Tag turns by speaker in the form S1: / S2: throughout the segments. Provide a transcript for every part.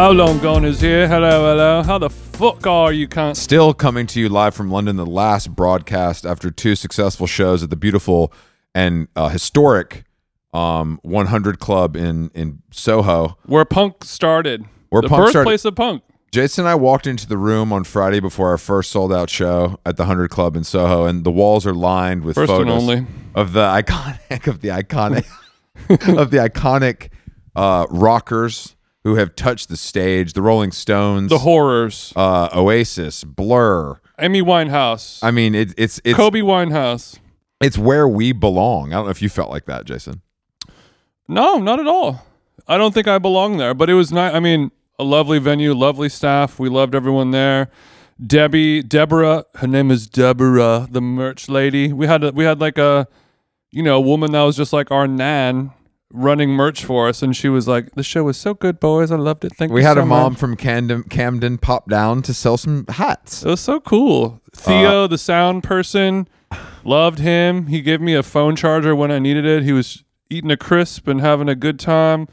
S1: How long gone is here? Hello, hello. How the fuck are you, cunts?
S2: Still coming to you live from London, the last broadcast after two successful shows at the beautiful and uh, historic um, 100 Club in in Soho.
S1: Where punk started.
S2: Where
S1: the
S2: punk started.
S1: birthplace of punk.
S2: Jason and I walked into the room on Friday before our first sold out show at the 100 Club in Soho, and the walls are lined with
S1: First and
S2: photos
S1: only.
S2: of the iconic of the iconic of the iconic uh, rockers who have touched the stage, the Rolling Stones,
S1: The horrors.
S2: uh, Oasis, Blur.
S1: Amy Winehouse.
S2: I mean, it, it's it's
S1: Kobe Winehouse.
S2: it's where we belong. I don't know if you felt like that, Jason.
S1: No, not at all. I don't think I belong there, but it was nice. I mean, a lovely venue, lovely staff. We loved everyone there. Debbie, Deborah, her name is Deborah, the merch lady. We had a, we had like a, you know, woman that was just like our nan running merch for us, and she was like, "The show was so good, boys. I loved it. Thank
S2: We
S1: you."
S2: had
S1: so
S2: a mom
S1: much."
S2: from Camden, Camden pop down to sell some hats.
S1: It was so cool.
S2: Uh,
S1: Theo, the sound person, loved him. He gave me a phone charger when I needed it. He was eating a crisp and having a good time.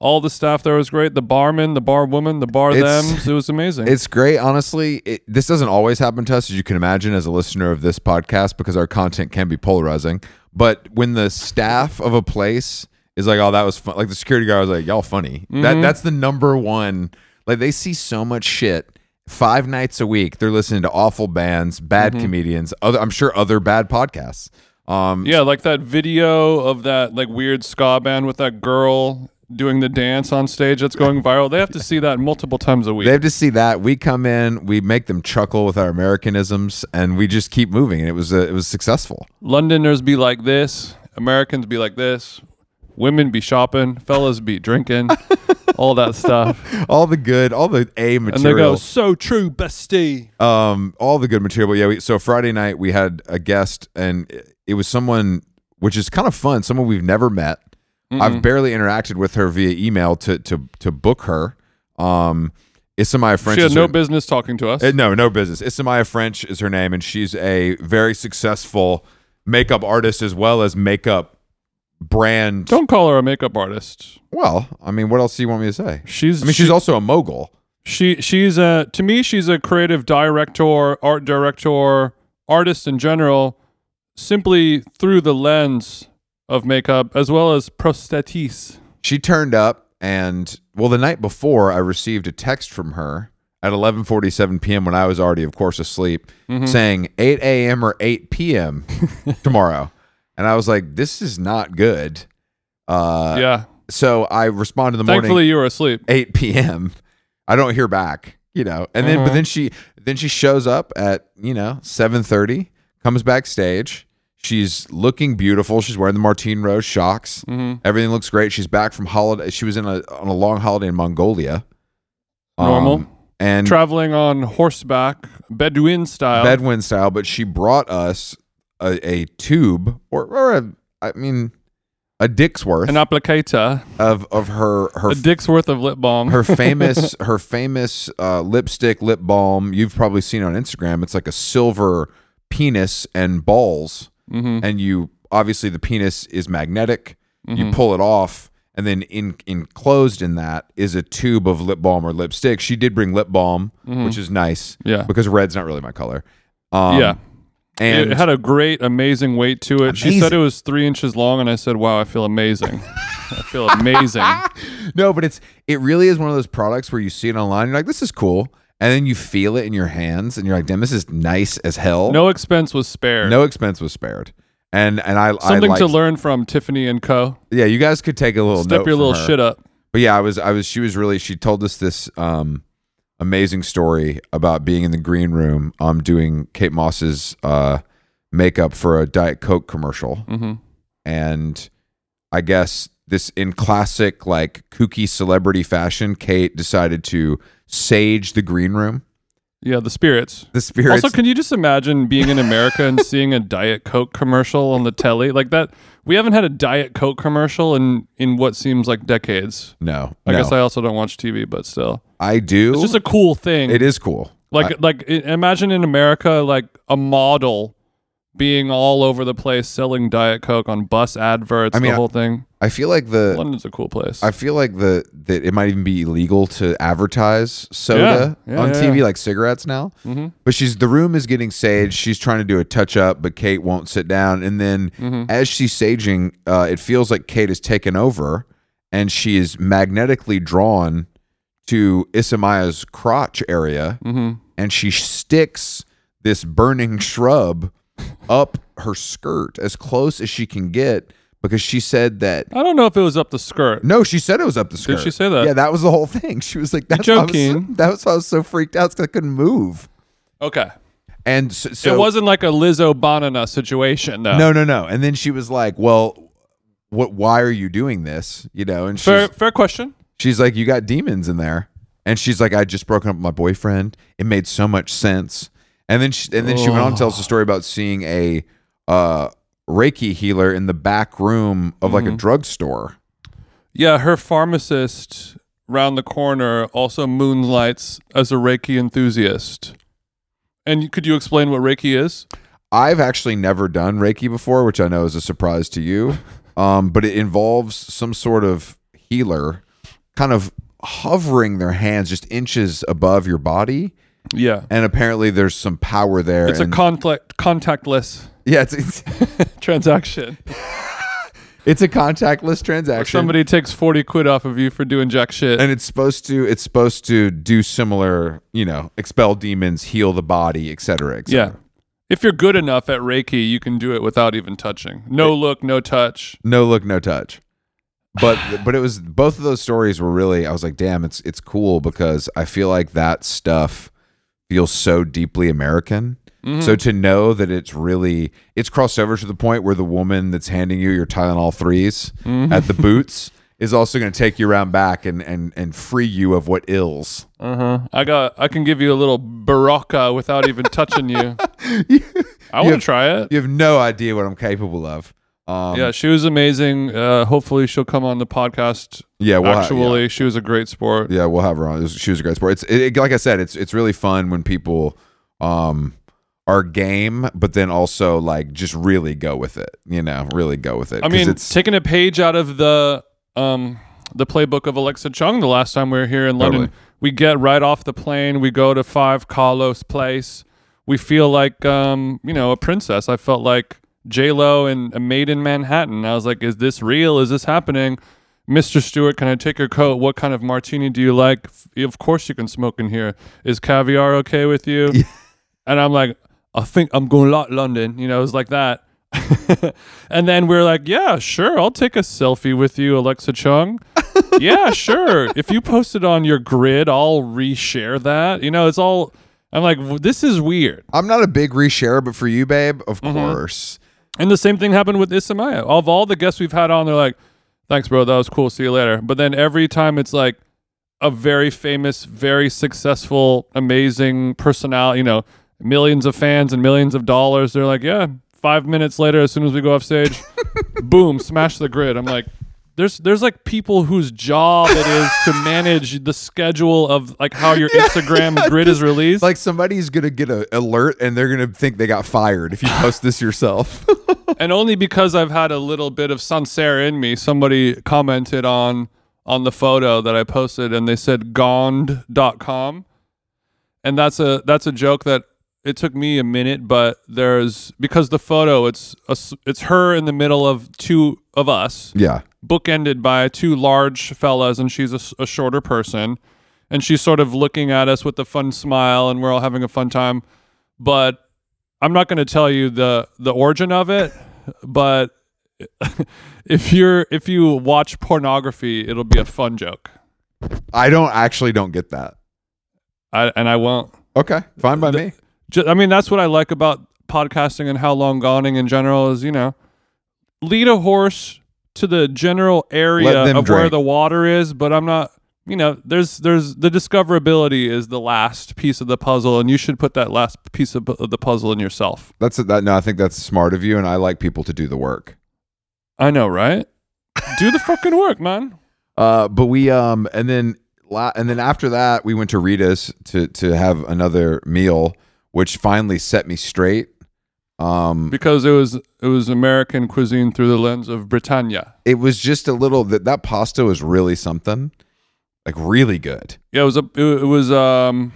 S1: All the staff there was great. The barman, the bar woman, the bar
S2: It's-
S1: thems. It was amazing.
S2: It's great, honestly. It, this doesn't always happen to us, as you can imagine, as a listener of this podcast, because our content can be polarizing. But when the staff of a place is like, "Oh, that was fun," like the security guard was like, "Y'all funny." That that's the number one. Like they see so much shit. Five nights a week, they're listening to awful bands, bad comedians. Other, I'm sure other bad podcasts. Um,
S1: yeah, like that video of that like weird ska band with that girl doing the dance on stage that's going viral. They have to see that multiple times a week.
S2: They have to see that we come in, we make them chuckle with our Americanisms, and we just keep moving. And it was uh, it was successful.
S1: Londoners be like this, Americans be like this, women be shopping, fellas be drinking, all that stuff.
S2: All the good, all the A
S1: And they go,
S2: material,
S1: so true, bestie.
S2: um, all the good material. But yeah, we, so Friday night we had a guest, and it- it was someone which is kind of fun, someone we've never met. I've barely interacted with her via email to to to book her. Um, it's somebody French.
S1: she had
S2: is
S1: no
S2: her-
S1: business talking to us.
S2: Uh, no, no business. Issamaya French is her name, and she's a very successful makeup artist as well as makeup brand.
S1: Don't call her a makeup artist.
S2: Well, I mean, what else do you want me to say?
S1: She's
S2: I mean, she's also a mogul.
S1: she she's a to me she's a creative director, art director, artist in general, simply through the lens of makeup as well as prosthetics.
S2: She turned up, and well, the night before, I received a text from her at 11:47 p.m. when I was already, of course, asleep,
S1: Mm-hmm.
S2: saying 8 a.m. or 8 p.m. tomorrow, and I was like, "This is not good." Uh,
S1: yeah.
S2: So I responded in the morning.
S1: Thankfully you were asleep.
S2: 8 p.m. I don't hear back, you know. And then
S1: Mm-hmm.
S2: but then she then she shows up at, you know, 7:30, comes backstage. She's looking beautiful. She's wearing the Martine Rose shocks.
S1: Mm-hmm.
S2: Everything looks great. She's back from holiday. She was in a on a long holiday in Mongolia. Um,
S1: Normal.
S2: and
S1: Traveling on horseback, Bedouin style.
S2: Bedouin style, but she brought us a, a tube or or a I mean a dick's worth
S1: an applicator,
S2: of of her her
S1: a dick's worth of lip balm.
S2: her famous her famous uh, lipstick lip balm you've probably seen on instagram it's like a silver penis and balls
S1: Mm-hmm.
S2: and you obviously the penis is magnetic you
S1: Mm-hmm.
S2: pull it off and then in enclosed in that is a tube of lip balm or lipstick she did bring lip balm which is nice
S1: Mm-hmm. Yeah.
S2: because red's not really my color um,
S1: yeah.
S2: and
S1: it had a great, amazing weight to it. She said
S2: Amazing.
S1: it was three inches long, and I said, "Wow, I feel amazing. I feel amazing."
S2: No, but it's it really is one of those products where you see it online, you're like, this is cool, and then you feel it in your hands, and you're like, damn, this is nice as hell.
S1: No expense was spared.
S2: No expense was spared. And and I I
S1: something to
S2: liked-
S1: learn from Tiffany and Co.
S2: Yeah, you guys could take a little
S1: Step
S2: note
S1: your
S2: from
S1: little
S2: her.
S1: shit up.
S2: but yeah, I was I was she was really she told us this um amazing story about being in the green room um doing Kate Moss's uh makeup for a Diet Coke commercial
S1: Mm-hmm.
S2: and I guess this in classic like kooky celebrity fashion, Kate decided to sage the green room.
S1: Yeah, the spirits.
S2: The spirits.
S1: Also, can you just imagine being in America and seeing a Diet Coke commercial on the telly like that? We haven't had a Diet Coke commercial in in what seems like decades.
S2: no,
S1: I guess
S2: I,
S1: I also don't watch TV, but still,
S2: do.
S1: it's just a cool thing.
S2: it is cool.
S1: like like i- imagine in America like a model being all over the place selling Diet Coke on bus adverts.
S2: I mean,
S1: the whole thing.
S2: I feel like the
S1: London's a cool place.
S2: I feel like the that it might even be illegal to advertise soda
S1: Yeah, yeah,
S2: on
S1: yeah,
S2: TV
S1: yeah.
S2: like cigarettes now.
S1: Mhm.
S2: But she's the room is getting saged. She's trying to do a touch up, but Kate won't sit down. And then as she's saging, uh, it feels like Kate has taken over, and she is magnetically drawn to Isamaya's crotch area,
S1: Mhm.
S2: and she sticks this burning shrub up her skirt as close as she can get because she said that
S1: I don't know if it was up the skirt.
S2: no, she said it was up the skirt.
S1: she say that?
S2: Yeah, that was the whole thing. She was like, "That's Why I was so,
S1: joking.
S2: that was why I was so freaked out because I couldn't move."
S1: Okay,
S2: And so, so
S1: it wasn't like a Lizzo Bonana situation though.
S2: No, no, no. And then she was like, "Well, what? Why are you doing this?" You know. And she's
S1: fair fair question.
S2: she's like, "You got demons in there." And she's like, "I just broken up with my boyfriend. It made so much sense." And then she, and then she went on and tells the story about seeing a uh, Reiki healer in the back room of
S1: Mm-hmm.
S2: like a drugstore.
S1: Yeah, her pharmacist round the corner also moonlights as a Reiki enthusiast. And could you explain what Reiki is?
S2: I've actually never done Reiki before, which I know is a surprise to you. Um, but it involves some sort of healer kind of hovering their hands just inches above your body.
S1: Yeah.
S2: And apparently there's some power there.
S1: It's a
S2: and-
S1: contact contactless
S2: yeah, it's, it's,
S1: transaction.
S2: it's a contactless
S1: Where
S2: transaction.
S1: somebody takes 40 quid off of you for doing jack shit.
S2: and it's supposed to it's supposed to do similar, you know, expel demons, heal the body, et cetera, et cetera.
S1: yeah. If you're good enough at Reiki, you can do it without even touching. No look, no touch.
S2: no look no touch but but it was both of those stories were really i was like damn it's it's cool because i feel like that stuff feels so deeply american so to know that it's really it's crossed over to the point where the woman that's handing you your tylenol 3s at the boots is also going to take you around back and and and free you of what ills
S1: Uh-huh. I got I can give you a little baraka without even touching you. I want to try it.
S2: you have no idea what i'm capable of um
S1: yeah,
S2: yeah,
S1: she was amazing. Uh, hopefully, she'll come on the podcast.
S2: we'll ha- yeah.
S1: Actually, she was a great sport.
S2: Yeah, we'll have her on. It was- She was a great sport. It's it, it- like I said, it's it's really fun when people um are game, but then also like just really go with it. You know, really go with it.
S1: I
S2: 'Cause
S1: mean,
S2: it's,
S1: taking a page out of the um, the playbook of Alexa Chung. The last time we were here in London,
S2: Totally.
S1: we get right off the plane. We go to Five Carlos Place. We feel like um, you know a princess. I felt like J Lo and a maid in Manhattan. I was like, is this real? Is this happening? Mr. Stewart, can I take your coat? What kind of martini do you like? F- Of course, you can smoke in here. Is caviar okay with you? and I'm like, I think I'm going to London. You know, it was like that. and then we're like, yeah, sure, I'll take a selfie with you, Alexa Chung. yeah, sure. If you post it on your grid, I'll reshare that. You know, it's all. I'm like, w- this is weird.
S2: I'm not a big reshare, but for you, babe, of
S1: Mm-hmm.
S2: course.
S1: And the same thing happened with Issamaya. Of all the guests we've had on, they're like, thanks, bro. That was cool. See you later. But then every time it's like a very famous, very successful, amazing personality, you know, millions of fans and millions of dollars. They're like, yeah, five minutes later, as soon as we go off stage, boom, smash the grid. I'm like, there's there's like people whose job it is to manage the schedule of like how your Instagram grid is released.
S2: Like somebody's gonna get a alert and they're gonna think they got fired if you post this yourself.
S1: and only because I've had a little bit of Sancerre in me, somebody commented on on the photo that I posted and they said gond.com. And that's a that's a joke that it took me a minute, but there's because the photo it's a s it's her in the middle of two of us
S2: yeah,
S1: bookended by two large fellas, and she's a, s- a shorter person. And she's sort of looking at us with a fun smile, and we're all having a fun time. But I'm not going to tell you the the origin of it, but if you're if you watch pornography, it'll be a fun joke.
S2: I don't actually don't get that.
S1: I, and I won't.
S2: Okay, fine by me.
S1: Ju- I mean, that's what I like about podcasting and how long goning in general is. You know, lead a horse to the general area
S2: Let them
S1: of where
S2: drink.
S1: the water is, but I'm not. You know, there's there's the discoverability is the last piece of the puzzle, and you should put that last piece of, of the puzzle in yourself.
S2: That's it. That no, I think that's smart of you, and I like people to do the work.
S1: I know, right? Do the fucking work, man.
S2: Uh, but we um, and then la- and then after that, we went to Rita's to to have another meal, which finally set me straight. Um,
S1: Because it was it was American cuisine through the lens of Britannia.
S2: it was just a little that that pasta was really something, like really good.
S1: Yeah, it was a it, it was um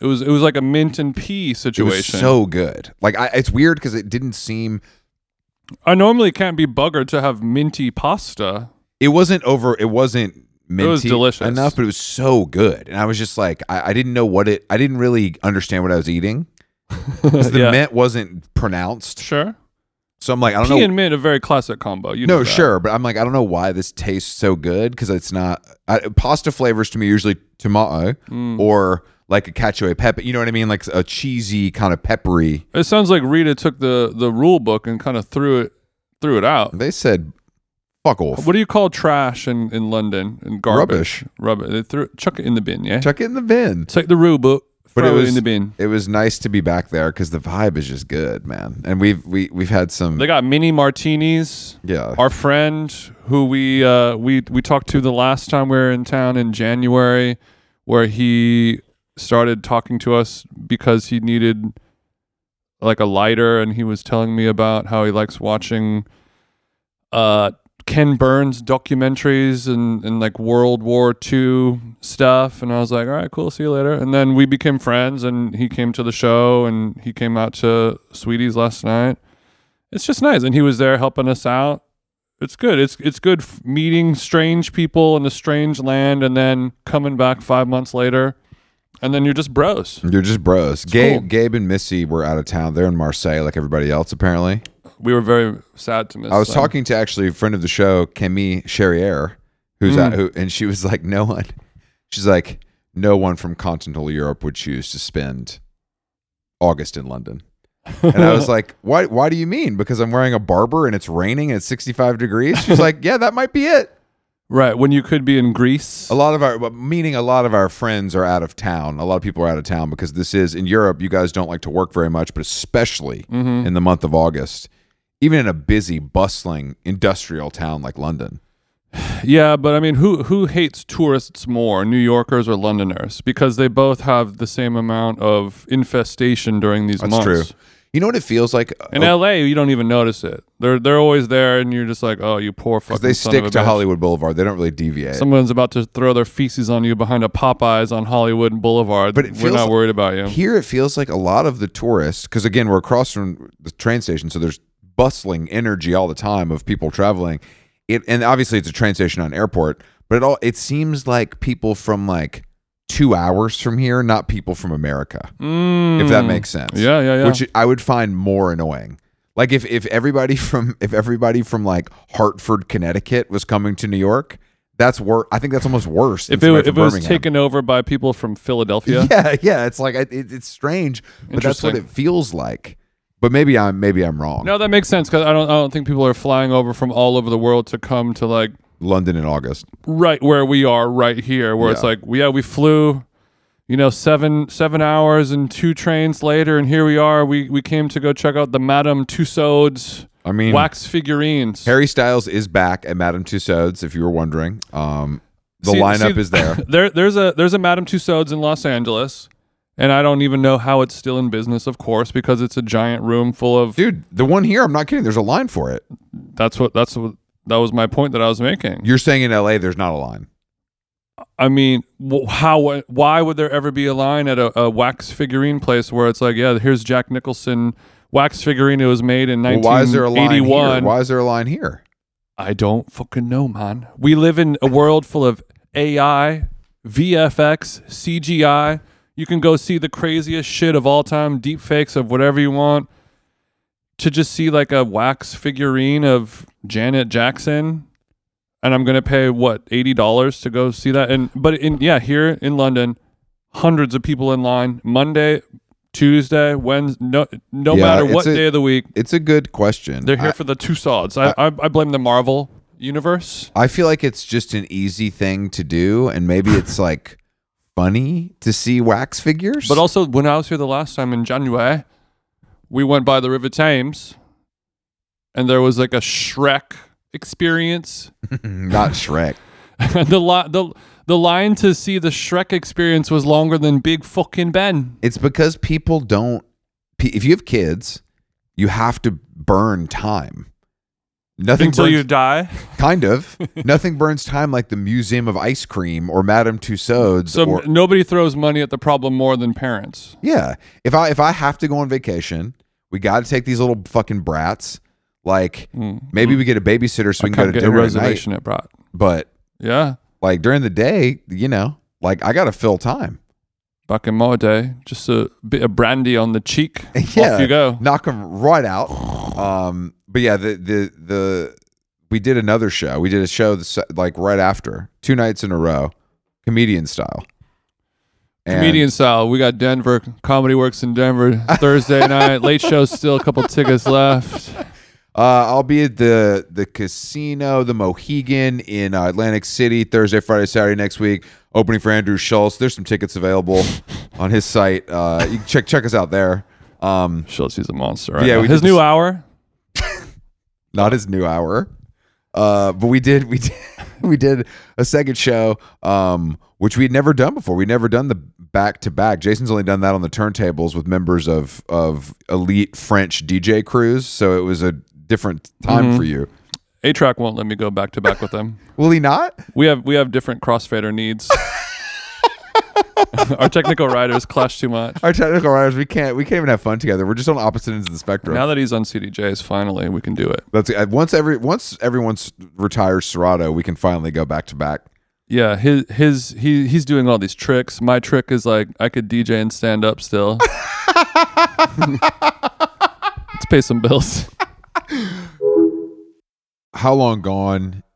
S1: it was it was like a mint and pea
S2: It was
S1: situation.
S2: so good. Like I, it's weird because it didn't seem
S1: I normally can't be buggered to have minty pasta.
S2: it wasn't over it wasn't minty
S1: was delicious.
S2: enough but it was so good and i was just like i, I didn't know what it i didn't really understand what i was eating 'Cause the
S1: Yeah.
S2: mint wasn't pronounced
S1: Sure.
S2: so i'm like i don't
S1: Pea
S2: know
S1: and mint, a very classic combo. You know
S2: no
S1: that.
S2: sure but i'm like i don't know why this tastes so good because it's not I, pasta flavors to me are usually tomato
S1: Mm.
S2: or like a cacio e pepe you know what i mean like a cheesy kind of peppery
S1: It sounds like Rita took the the rule book and kind of threw it threw it out.
S2: they said fuck off
S1: What do you call trash in, in London and garbage? Rubbish. They threw chuck it in the bin. Yeah.
S2: chuck it in the bin
S1: Take the rule book.
S2: But
S1: throw
S2: it
S1: it,
S2: was
S1: in the bin.
S2: It was nice to be back there because the vibe is just good, man. And we've we we've had some
S1: They got mini martinis.
S2: yeah.
S1: Our friend who we uh, we we talked to the last time we were in town in January, where he started talking to us because he needed like a lighter, and he was telling me about how he likes watching uh, Ken Burns documentaries and and like World War II stuff, and I was like, all right, cool, see you later. And then we became friends, and he came to the show, and he came out to Sweetie's last night it's just nice and he was there helping us out it's good it's it's good f- meeting strange people in a strange land and then coming back 5 months later and then you're just bros
S2: You're just bros. Gabe,
S1: cool.
S2: Gabe and Missy were out of town. They're in Marseille, like everybody else, apparently.
S1: we were very sad to miss
S2: I was
S1: them.
S2: talking to actually a friend of the show, Camille Cherrier, who's out, who, and she was like, "No one." She's like, "No one from continental Europe would choose to spend August in London." And I was like, "Why? Why do you mean? Because I'm wearing a barber and it's raining and it's 65 degrees." She's like, "Yeah, that might be it."
S1: right when you could be in Greece
S2: A lot of our, but meaning a lot of our friends are out of town. A lot of people are out of town because this is in Europe. You guys don't like to work very much, but especially
S1: Mm-hmm.
S2: in the month of August, even in a busy, bustling industrial town like London.
S1: yeah but i mean who who hates tourists more new yorkers or londoners because they both have the same amount of infestation during these
S2: That's
S1: months
S2: true. Oh. You know what it feels like?
S1: in LA, you don't even notice it. They're they're always there, and you're just like, oh, you poor fucking.
S2: Because they
S1: son of
S2: stick
S1: a
S2: to
S1: bitch.
S2: Hollywood Boulevard. They don't really deviate.
S1: Someone's about to throw their feces on you behind a Popeyes on Hollywood Boulevard.
S2: But it
S1: we're
S2: feels-
S1: not worried about you.
S2: Here, it feels like a lot of the tourists, because again, we're across from the train station, so there's bustling energy all the time of people traveling. It and obviously it's a train station on airport, but it all it seems like people from like two hours from here, not people from America,
S1: Mm.
S2: if that makes sense.
S1: Yeah, yeah, yeah.
S2: Which I would find more annoying. Like if if everybody from if everybody from like Hartford, Connecticut was coming to New York, that's worse. I think that's almost worse. than
S1: if it,
S2: somebody
S1: if it
S2: from
S1: was
S2: Birmingham.
S1: taken over by people from Philadelphia,
S2: Yeah, yeah. It's like it, it- it's strange, but that's what
S1: Interesting.
S2: it feels like. But maybe I'm maybe I'm wrong.
S1: no, that makes sense because I don't I don't think people are flying over from all over the world to come to like
S2: London in August.
S1: right where we are right here, where it's
S2: Yeah.
S1: like yeah we flew, you know seven seven hours and two trains later, and here we are. We we came to go check out the Madame Tussauds
S2: I mean,
S1: wax figurines.
S2: Harry Styles is back at Madame Tussauds. If you were wondering, um, the
S1: See-
S2: lineup
S1: see-
S2: is there.
S1: there there's a there's a Madame Tussauds in Los Angeles, and I don't even know how it's still in business, of course, because it's a giant room full of
S2: Dude, the one here, I'm not kidding. There's a line for it.
S1: that's what that's what that was my point that I was making.
S2: You're saying in LA, there's not a line.
S1: I mean, wh- how why would there ever be a line at a, a wax figurine place where it's like, yeah, here's Jack Nicholson wax figurine it was made in
S2: Well,
S1: 1981.
S2: why is there a line here? Why is there a line here?
S1: I don't fucking know, man. We live in a world full of AI, VFX, CGI. You can go see the craziest shit of all time, deep fakes of whatever you want. to just see like a wax figurine of Janet Jackson, and I'm gonna pay what eighty dollars to go see that. And but in yeah, here in London, hundreds of people in line Monday, Tuesday, Wednesday, no, no
S2: Yeah,
S1: matter
S2: it's
S1: what
S2: a-
S1: day of the week,
S2: It's a good question.
S1: they're here
S2: I-
S1: for the two sods. I, I I blame the Marvel universe.
S2: I feel like it's just an easy thing to do, and maybe it's like funny to see wax figures.
S1: But also, when I was here the last time in January, we went by the River Thames, and there was like a Shrek experience.
S2: not Shrek.
S1: the li- the the line to see the Shrek experience was longer than Big Fucking Ben.
S2: It's because people don't. pe- If you have kids, you have to burn time. Nothing
S1: Until
S2: burns,
S1: you die.
S2: kind of. nothing burns time like the Museum of Ice Cream or Madame Tussauds.
S1: So
S2: or,
S1: nobody throws money at the problem more than parents.
S2: Yeah. If I if I have to go on vacation, we got to take these little fucking brats. Like maybe we get a babysitter so we
S1: Hmm. I
S2: can
S1: can't
S2: go to
S1: get a
S2: dinner at night.
S1: reservation at Brat.
S2: But
S1: Yeah.
S2: like during the day, you know, like I got to fill time.
S1: Back in my day, just a bit of brandy on the cheek.
S2: yeah,
S1: Off you go.
S2: Knock them right out. Um, but yeah, the the the we did another show. We did a show the se- like right after two nights in a row, comedian style. And-
S1: Comedian style. We got Denver Comedy Works in Denver Thursday night. Late show still a couple tickets left.
S2: Uh, I'll be at the the casino, the Mohegan in uh, Atlantic City Thursday, Friday, Saturday next week. Opening for Andrew Schultz. There's some tickets available on his site. Uh, you can check check us out there. Um,
S1: Schultz, he's a monster. Right
S2: Yeah,
S1: yeah,
S2: we
S1: his
S2: did
S1: new
S2: this-
S1: hour.
S2: not his new hour, uh, but we did we did we did a second show, um, which we had never done before. We'd never done the back to back. Jason's only done that on the turntables with members of of elite French DJ crews. So it was a different time for you.
S1: A track won't let me go back to back with him.
S2: Will he not?
S1: We have we have different crossfader needs. Our technical riders clash too much.
S2: our technical writers, we can't we can't even have fun together. We're just on opposite ends of the spectrum.
S1: Now that he's on CDJs, finally we can do it.
S2: That's uh, once every once everyone s- retires Serato, we can finally go back to back.
S1: Yeah, his his he he's doing all these tricks. My trick is like I could DJ and stand up still. Let's pay some bills.
S2: How long gone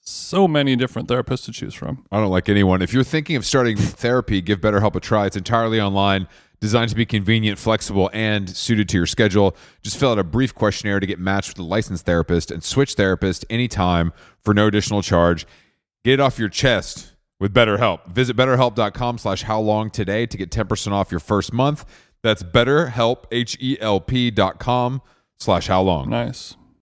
S1: so many different therapists to choose from.
S2: I don't like anyone. If you're thinking of starting therapy, give BetterHelp a try. It's entirely online, designed to be convenient, flexible, and suited to your schedule. Just fill out a brief questionnaire to get matched with a licensed therapist and switch therapist anytime for no additional charge. Get it off your chest with BetterHelp. Visit betterhelp.com slash how long today to get 10% off your first month. That's betterhelp, H-E-L-P dot com slash how long.
S1: Nice.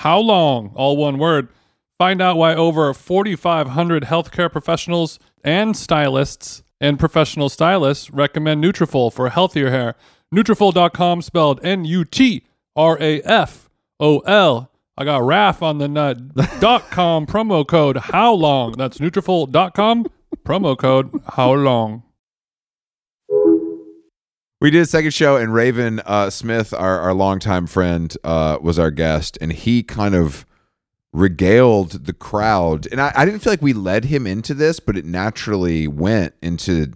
S1: how long? All one word. Find out why over 4,500 healthcare professionals and stylists and professional stylists recommend Nutrafol for healthier hair. Nutrafol.com spelled N-U-T-R-A-F-O-L. I got RAF on the nut. dot com promo code how long. That's Nutrafol.com promo code how long.
S2: We did a second show, and Raven uh, Smith, our, our longtime friend, uh, was our guest, and he kind of regaled the crowd. And I, I didn't feel like we led him into this, but it naturally went into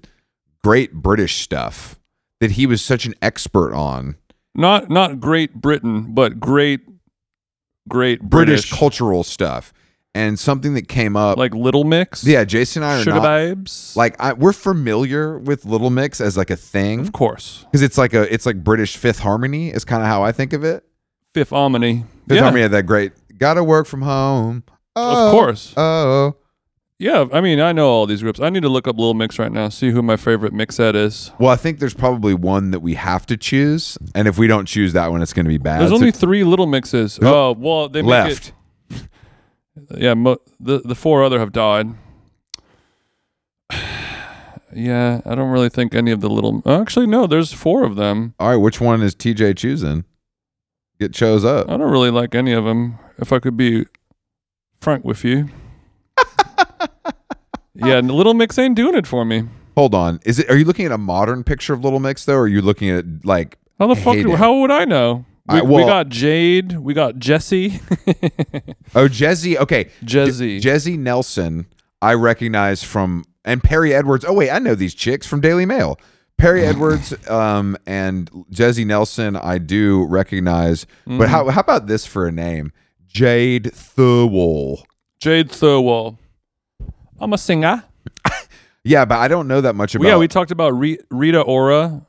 S2: great British stuff that he was such an expert on.
S1: Not not Great Britain, but great great
S2: British,
S1: British,
S2: cultural stuff. And something that came up.
S1: like Little Mix.
S2: yeah, Jason and I are
S1: Sugar
S2: not.
S1: Babes.
S2: Like I, we're familiar with Little Mix as like a thing
S1: of course.
S2: because it's like a it's like British Fifth Harmony is kind of how I think of it.
S1: Fifth Harmony.
S2: Fifth
S1: yeah.
S2: Harmony had that great. Gotta work from home. Oh,
S1: Of course.
S2: Oh,
S1: Yeah, I mean, I know all these groups. I need to look up Little Mix right now, see who my favorite mix head is.
S2: well, I think there's probably one that we have to choose, and if we don't choose that one, it's going to be bad.
S1: There's
S2: So-
S1: only three Little Mixes.
S2: There's
S1: Oh, well, they make
S2: left.
S1: It, yeah, mo- the the four other have died. yeah, I don't really think any of the little. Actually, no, there's four of them.
S2: All right, which one is TJ choosing? It shows up.
S1: I don't really like any of them. If I could be frank with you. yeah, and Little Mix ain't doing it for me.
S2: Hold on, is it? Are you looking at a modern picture of Little Mix though, or are you looking at like?
S1: How the fuck?
S2: Hate
S1: Do,
S2: it.
S1: how would I know? We,
S2: I-
S1: we
S2: well-
S1: got Jade. We got Jesse.
S2: Oh, Jezzy. Okay,
S1: Jesse.
S2: Jezzy Nelson, I recognize from and Perry Edwards. Oh wait, I know these chicks from Daily Mail. Perry Edwards um, and Jezzy Nelson, I do recognize. But
S1: Mm-hmm.
S2: how how about this for a name? Jade Thirlwall.
S1: Jade Thirlwall. I'm a singer.
S2: Yeah, but I don't know that much about.
S1: yeah, we talked about Re- Rita Ora.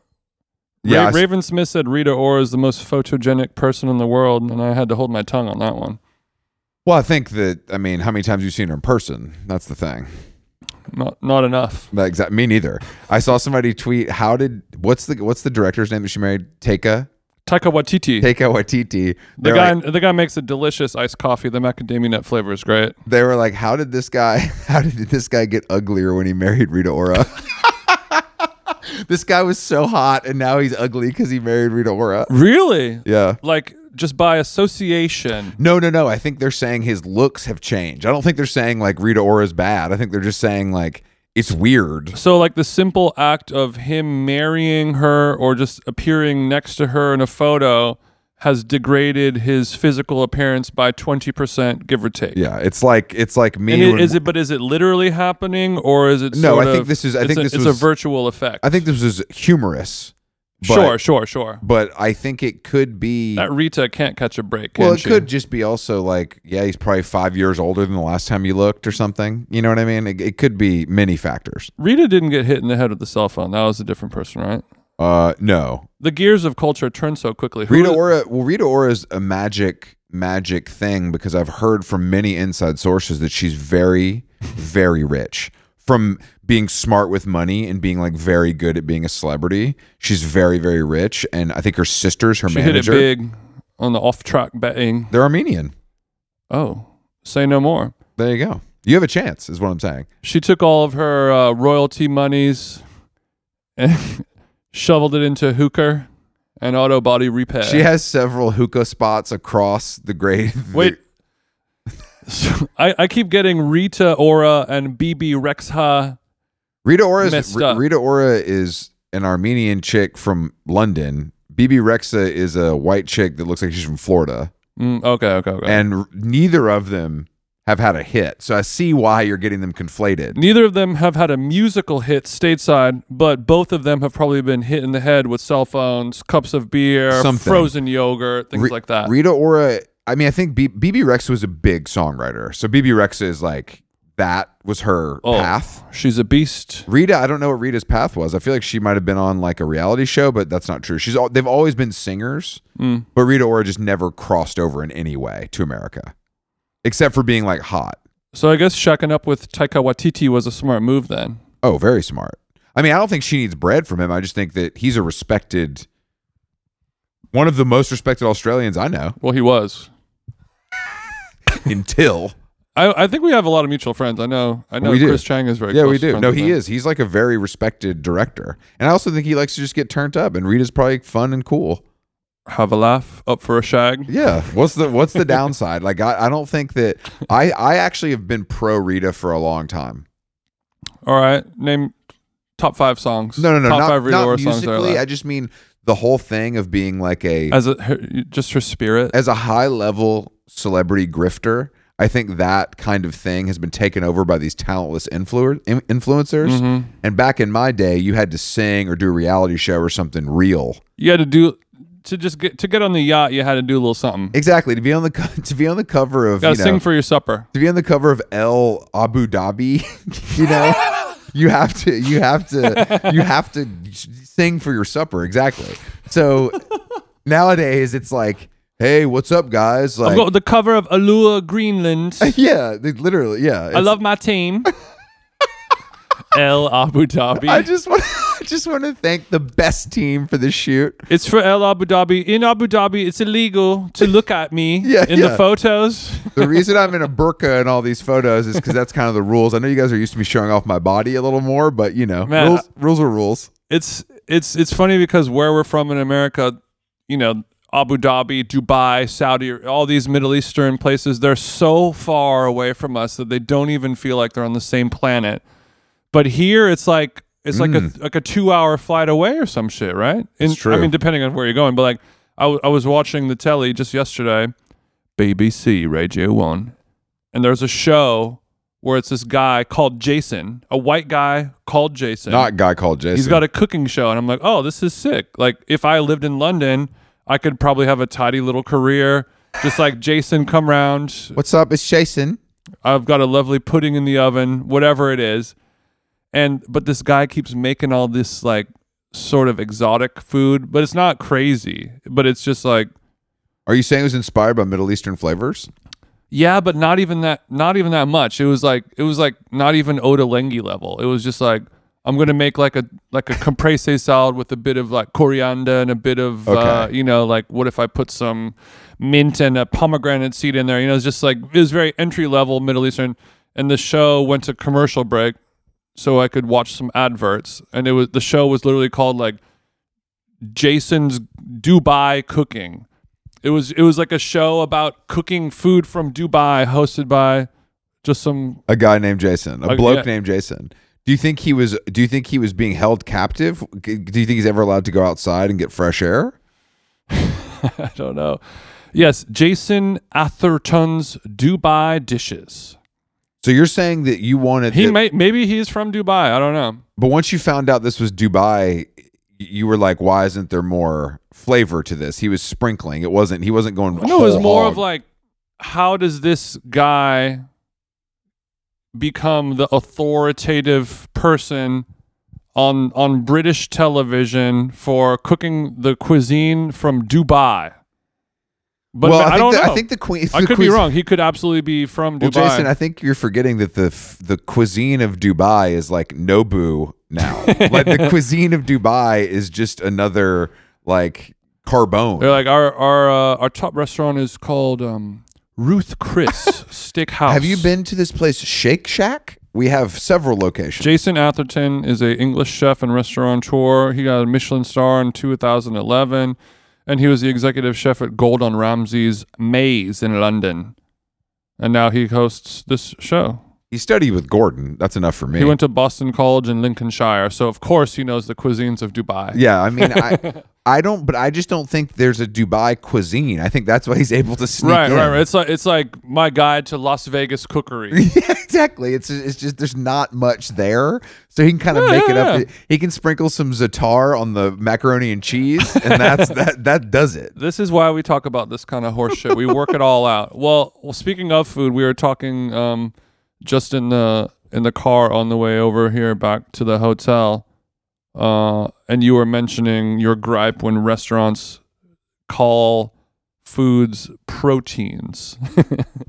S2: Yeah, I
S1: Ra-
S2: s-
S1: Raven Smith said Rita Ora is the most photogenic person in the world, and I had to hold my tongue on that one.
S2: well, I think that I mean, how many times have you seen her in person? That's the thing.
S1: Not not enough.
S2: That exact. Me neither. I saw somebody tweet. How did what's the what's the director's name that she married? Taika
S1: Taika Waititi.
S2: Taika Waititi.
S1: the
S2: They're
S1: guy
S2: like-
S1: the guy makes a delicious iced coffee. The macadamia nut flavor is great.
S2: they were like, "How did this guy? How did this guy get uglier when he married Rita Ora?" this guy was so hot, and now he's ugly because he married Rita Ora.
S1: Really?
S2: Yeah.
S1: Like just by association.
S2: No, no, no. I think they're saying his looks have changed. I don't think they're saying like Rita Ora's bad. I think they're just saying like it's weird.
S1: So like the simple act of him marrying her or just appearing next to her in a photo has degraded his physical appearance by 20% give or take.
S2: Yeah, it's like it's like me.
S1: And it-
S2: when-
S1: is it? But is it literally happening, or is it?
S2: No,
S1: sort
S2: I think
S1: of-
S2: this is- I
S1: it's
S2: think
S1: a,
S2: this
S1: it's
S2: was-
S1: a virtual effect.
S2: I think this is humorous. But,
S1: sure, sure, sure.
S2: but I think it could be.
S1: That Rita can't catch a break. Can
S2: Well, it
S1: she?
S2: could just be also like, yeah, he's probably five years older than the last time you looked or something. You know what I mean? It, it could be many factors.
S1: Rita didn't get hit in the head with the cell phone. That was a different person, right?
S2: Uh, no,
S1: The gears of culture turn so quickly. Who
S2: Rita
S1: is-
S2: Ora. Well, Rita Ora is a magic, magic thing because I've heard from many inside sources that she's very, very rich. From being smart with money and being like very good at being a celebrity, she's very, very rich. And I think her sisters, her
S1: she
S2: manager,
S1: hit it big on the off-track betting.
S2: they're Armenian.
S1: Oh, say no more.
S2: There you go. You have a chance, is what I'm saying.
S1: She took all of her uh, royalty monies and shoveled it into hooker and auto body repair.
S2: She has several hookah spots across the grade.
S1: Wait. So, I, I keep getting Rita Ora and BB Rexha.
S2: Rita Ora is
S1: Messed
S2: R-
S1: up.
S2: Rita Ora is an Armenian chick from London. BB Rexa is a white chick that looks like she's from Florida,
S1: Mm, okay, okay, okay.
S2: and r- neither of them have had a hit. So I see why you're getting them conflated.
S1: Neither of them have had a musical hit stateside, but both of them have probably been hit in the head with cell phones, cups of beer,
S2: Something.
S1: frozen yogurt, things
S2: Re-
S1: like that.
S2: Rita Ora. I mean, I think B- BB Rexa was a big songwriter. So BB Rexa is like that was her
S1: Oh.
S2: path.
S1: She's a beast.
S2: Rita, I don't know what Rita's path was. I feel like she might have been on like a reality show, but that's not true. She's al- they've always been singers,
S1: Mm.
S2: but Rita Ora just never crossed over in any way to America, except for being like hot.
S1: So I guess shacking up with Taika Waititi was a smart move then.
S2: Oh, very smart. I mean, I don't think she needs bread from him. I just think that he's a respected, one of the most respected Australians I know.
S1: Well, he was.
S2: Until
S1: I, I think we have a lot of mutual friends. I know. I know
S2: We do.
S1: Chris Chang is very
S2: Yeah,
S1: close
S2: we do.
S1: friends
S2: No,
S1: with
S2: he
S1: him.
S2: is. He's like a very respected director, and I also think he likes to just get turned up. And Rita's probably fun and cool.
S1: Have a laugh, up for a shag.
S2: Yeah. What's the What's the downside? Like, I, I don't think that I I actually have been pro Rita for a long time.
S1: All right, name top five songs.
S2: No, no, no.
S1: top
S2: not
S1: five Rita
S2: not
S1: Ora songs. that are
S2: musically. I
S1: allowed.
S2: just mean the whole thing of being like a
S1: As a, her, just her spirit.
S2: as a high level celebrity grifter, I think that kind of thing has been taken over by these talentless influer- in- influencers.
S1: Mm-hmm.
S2: And back in my day, you had to sing or do a reality show or something real.
S1: you had to do to just get to get on the yacht. You had to do a little something.
S2: Exactly to be on the co- to be on the cover of
S1: Got
S2: you
S1: to sing
S2: know,
S1: for your supper.
S2: to be on the cover of El Abu Dhabi, you know. You have to, you have to, you have to sing for your supper. Exactly. So nowadays, it's like, hey, what's up, guys?
S1: I've
S2: Like,
S1: got the cover of Allure Greenland.
S2: yeah, they- literally, yeah.
S1: I
S2: it's-
S1: love my team. El Abu Dhabi.
S2: I just want I just want to thank the best team for this shoot.
S1: it's for El Abu Dhabi. In Abu Dhabi, it's illegal to look at me
S2: Yeah,
S1: in
S2: yeah.
S1: the photos.
S2: The reason I'm in a burqa in all these photos is because that's kind of the rules. I know you guys are used to me showing off my body a little more, but you know,
S1: Man,
S2: rules, rules are rules.
S1: It's it's it's funny because where we're from in America, you know, Abu Dhabi, Dubai, Saudi, all these Middle Eastern places, they're so far away from us that they don't even feel like they're on the same planet. But here, it's like it's like a like a two hour flight away or some shit, right? And,
S2: Mm. It's true.
S1: I mean, depending on where you're going, but like I w- I was watching the telly just yesterday, BBC Radio One, and there's a show where it's this guy called Jason, a white guy called Jason.
S2: Not guy called Jason.
S1: He's got a cooking show, and I'm like, oh, this is sick. Like, if I lived in London, I could probably have a tidy little career, just like Jason. Come round.
S2: What's up? It's Jason.
S1: I've got a lovely pudding in the oven, whatever it is. And but this guy keeps making all this like sort of exotic food, but it's not crazy. But it's just like,
S2: Are you saying it was inspired by Middle Eastern flavors?
S1: yeah, but not even that, not even that much. It was like, it was like not even Ottolenghi level. It was just like. I'm gonna make like a like a compresse salad with a bit of like coriander and a bit of uh,
S2: Okay.
S1: you know like what if I put some mint and a pomegranate seed in there? You know, it's just like it was very entry level Middle Eastern. And the show went to commercial break, so I could watch some adverts. And it was the show was literally called like Jason's Dubai Cooking. It was it was like a show about cooking food from Dubai, hosted by just some.
S2: A guy named Jason. A
S1: Okay, Oh,
S2: bloke
S1: yeah.
S2: named Jason. Do you think he was? Do you think he was being held captive? G- Do you think he's ever allowed to go outside and get fresh air?
S1: I don't know. Yes, Jason Atherton's Dubai dishes.
S2: So you're saying that you wanted
S1: He
S2: that-
S1: may maybe he's from Dubai. I don't know.
S2: But once you found out this was Dubai, y- you were like, "Why isn't there more flavor to this?" He was sprinkling. It wasn't. He wasn't going.
S1: No, it was
S2: whole
S1: more
S2: hog.
S1: of like, how does this guy become the authoritative person on on British television for cooking the cuisine from Dubai? But
S2: well,
S1: I,
S2: think
S1: don't
S2: the,
S1: know.
S2: I think the queen.
S1: I
S2: the
S1: could be
S2: cuis-
S1: wrong. He could absolutely be from
S2: Well,
S1: Dubai.
S2: Jason, I think you're forgetting that the f- the cuisine of Dubai is like Nobu now. like the cuisine of Dubai is just another like Carbone.
S1: They're like our our uh, our top restaurant is called um, Ruth Chris Steak House.
S2: Have you been to this place, Shake Shack? We have several locations.
S1: Jason Atherton is a English chef and restaurateur. He got a Michelin star in 2011, and he was the executive chef at Gordon Ramsay's Maze in London. And now he hosts this show.
S2: he studied with Gordon. That's enough for me.
S1: He went to Boston College in Lincolnshire, so of course he knows the cuisines of Dubai.
S2: Yeah, I mean, I, I don't, but I just don't think there's a Dubai cuisine. I think that's why he's able to sneak
S1: Right,
S2: in.
S1: right, right. It's like it's like my guide to Las Vegas cookery.
S2: Yeah, exactly. It's it's just there's not much there, so he can kind of
S1: Oh,
S2: make it up. He can sprinkle some za'atar on the macaroni and cheese, and that's that that does it.
S1: This is why we talk about this kind of horse shit. We work it all out. Well, well speaking of food, we were talking um, just in the in the car on the way over here back to the hotel, uh, and you were mentioning your gripe when restaurants call foods proteins.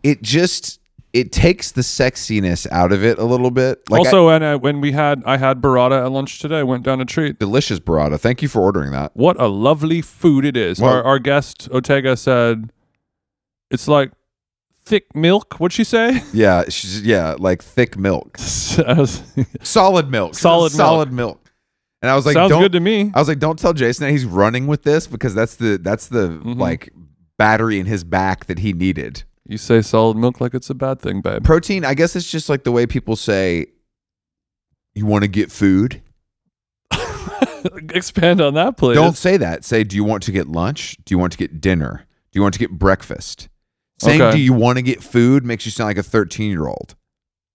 S2: It just it takes the sexiness out of it a little bit. Like I-
S1: also, and I, when we had I had burrata at lunch today, went down a treat.
S2: delicious burrata. Thank you for ordering that.
S1: What a lovely food it is.
S2: Well-
S1: our, our guest Otega said, "It's like thick milk. What'd she say?
S2: Yeah, she's, yeah, like thick milk,
S1: I was-
S2: solid milk,
S1: Solid milk.
S2: solid milk. And I was like,
S1: sounds
S2: don't,
S1: good to me.
S2: I was like, don't tell Jason that he's running with this because that's the that's the
S1: Mm-hmm.
S2: like battery in his back that he needed.
S1: You say solid milk like it's a bad thing, babe.
S2: Protein, I guess it's just like the way people say you want to get food.
S1: Expand on that, please.
S2: Don't say that. Say, do you want to get lunch? Do you want to get dinner? Do you want to get breakfast? Saying
S1: Okay.
S2: do you want to get food makes you sound like a 13 year old.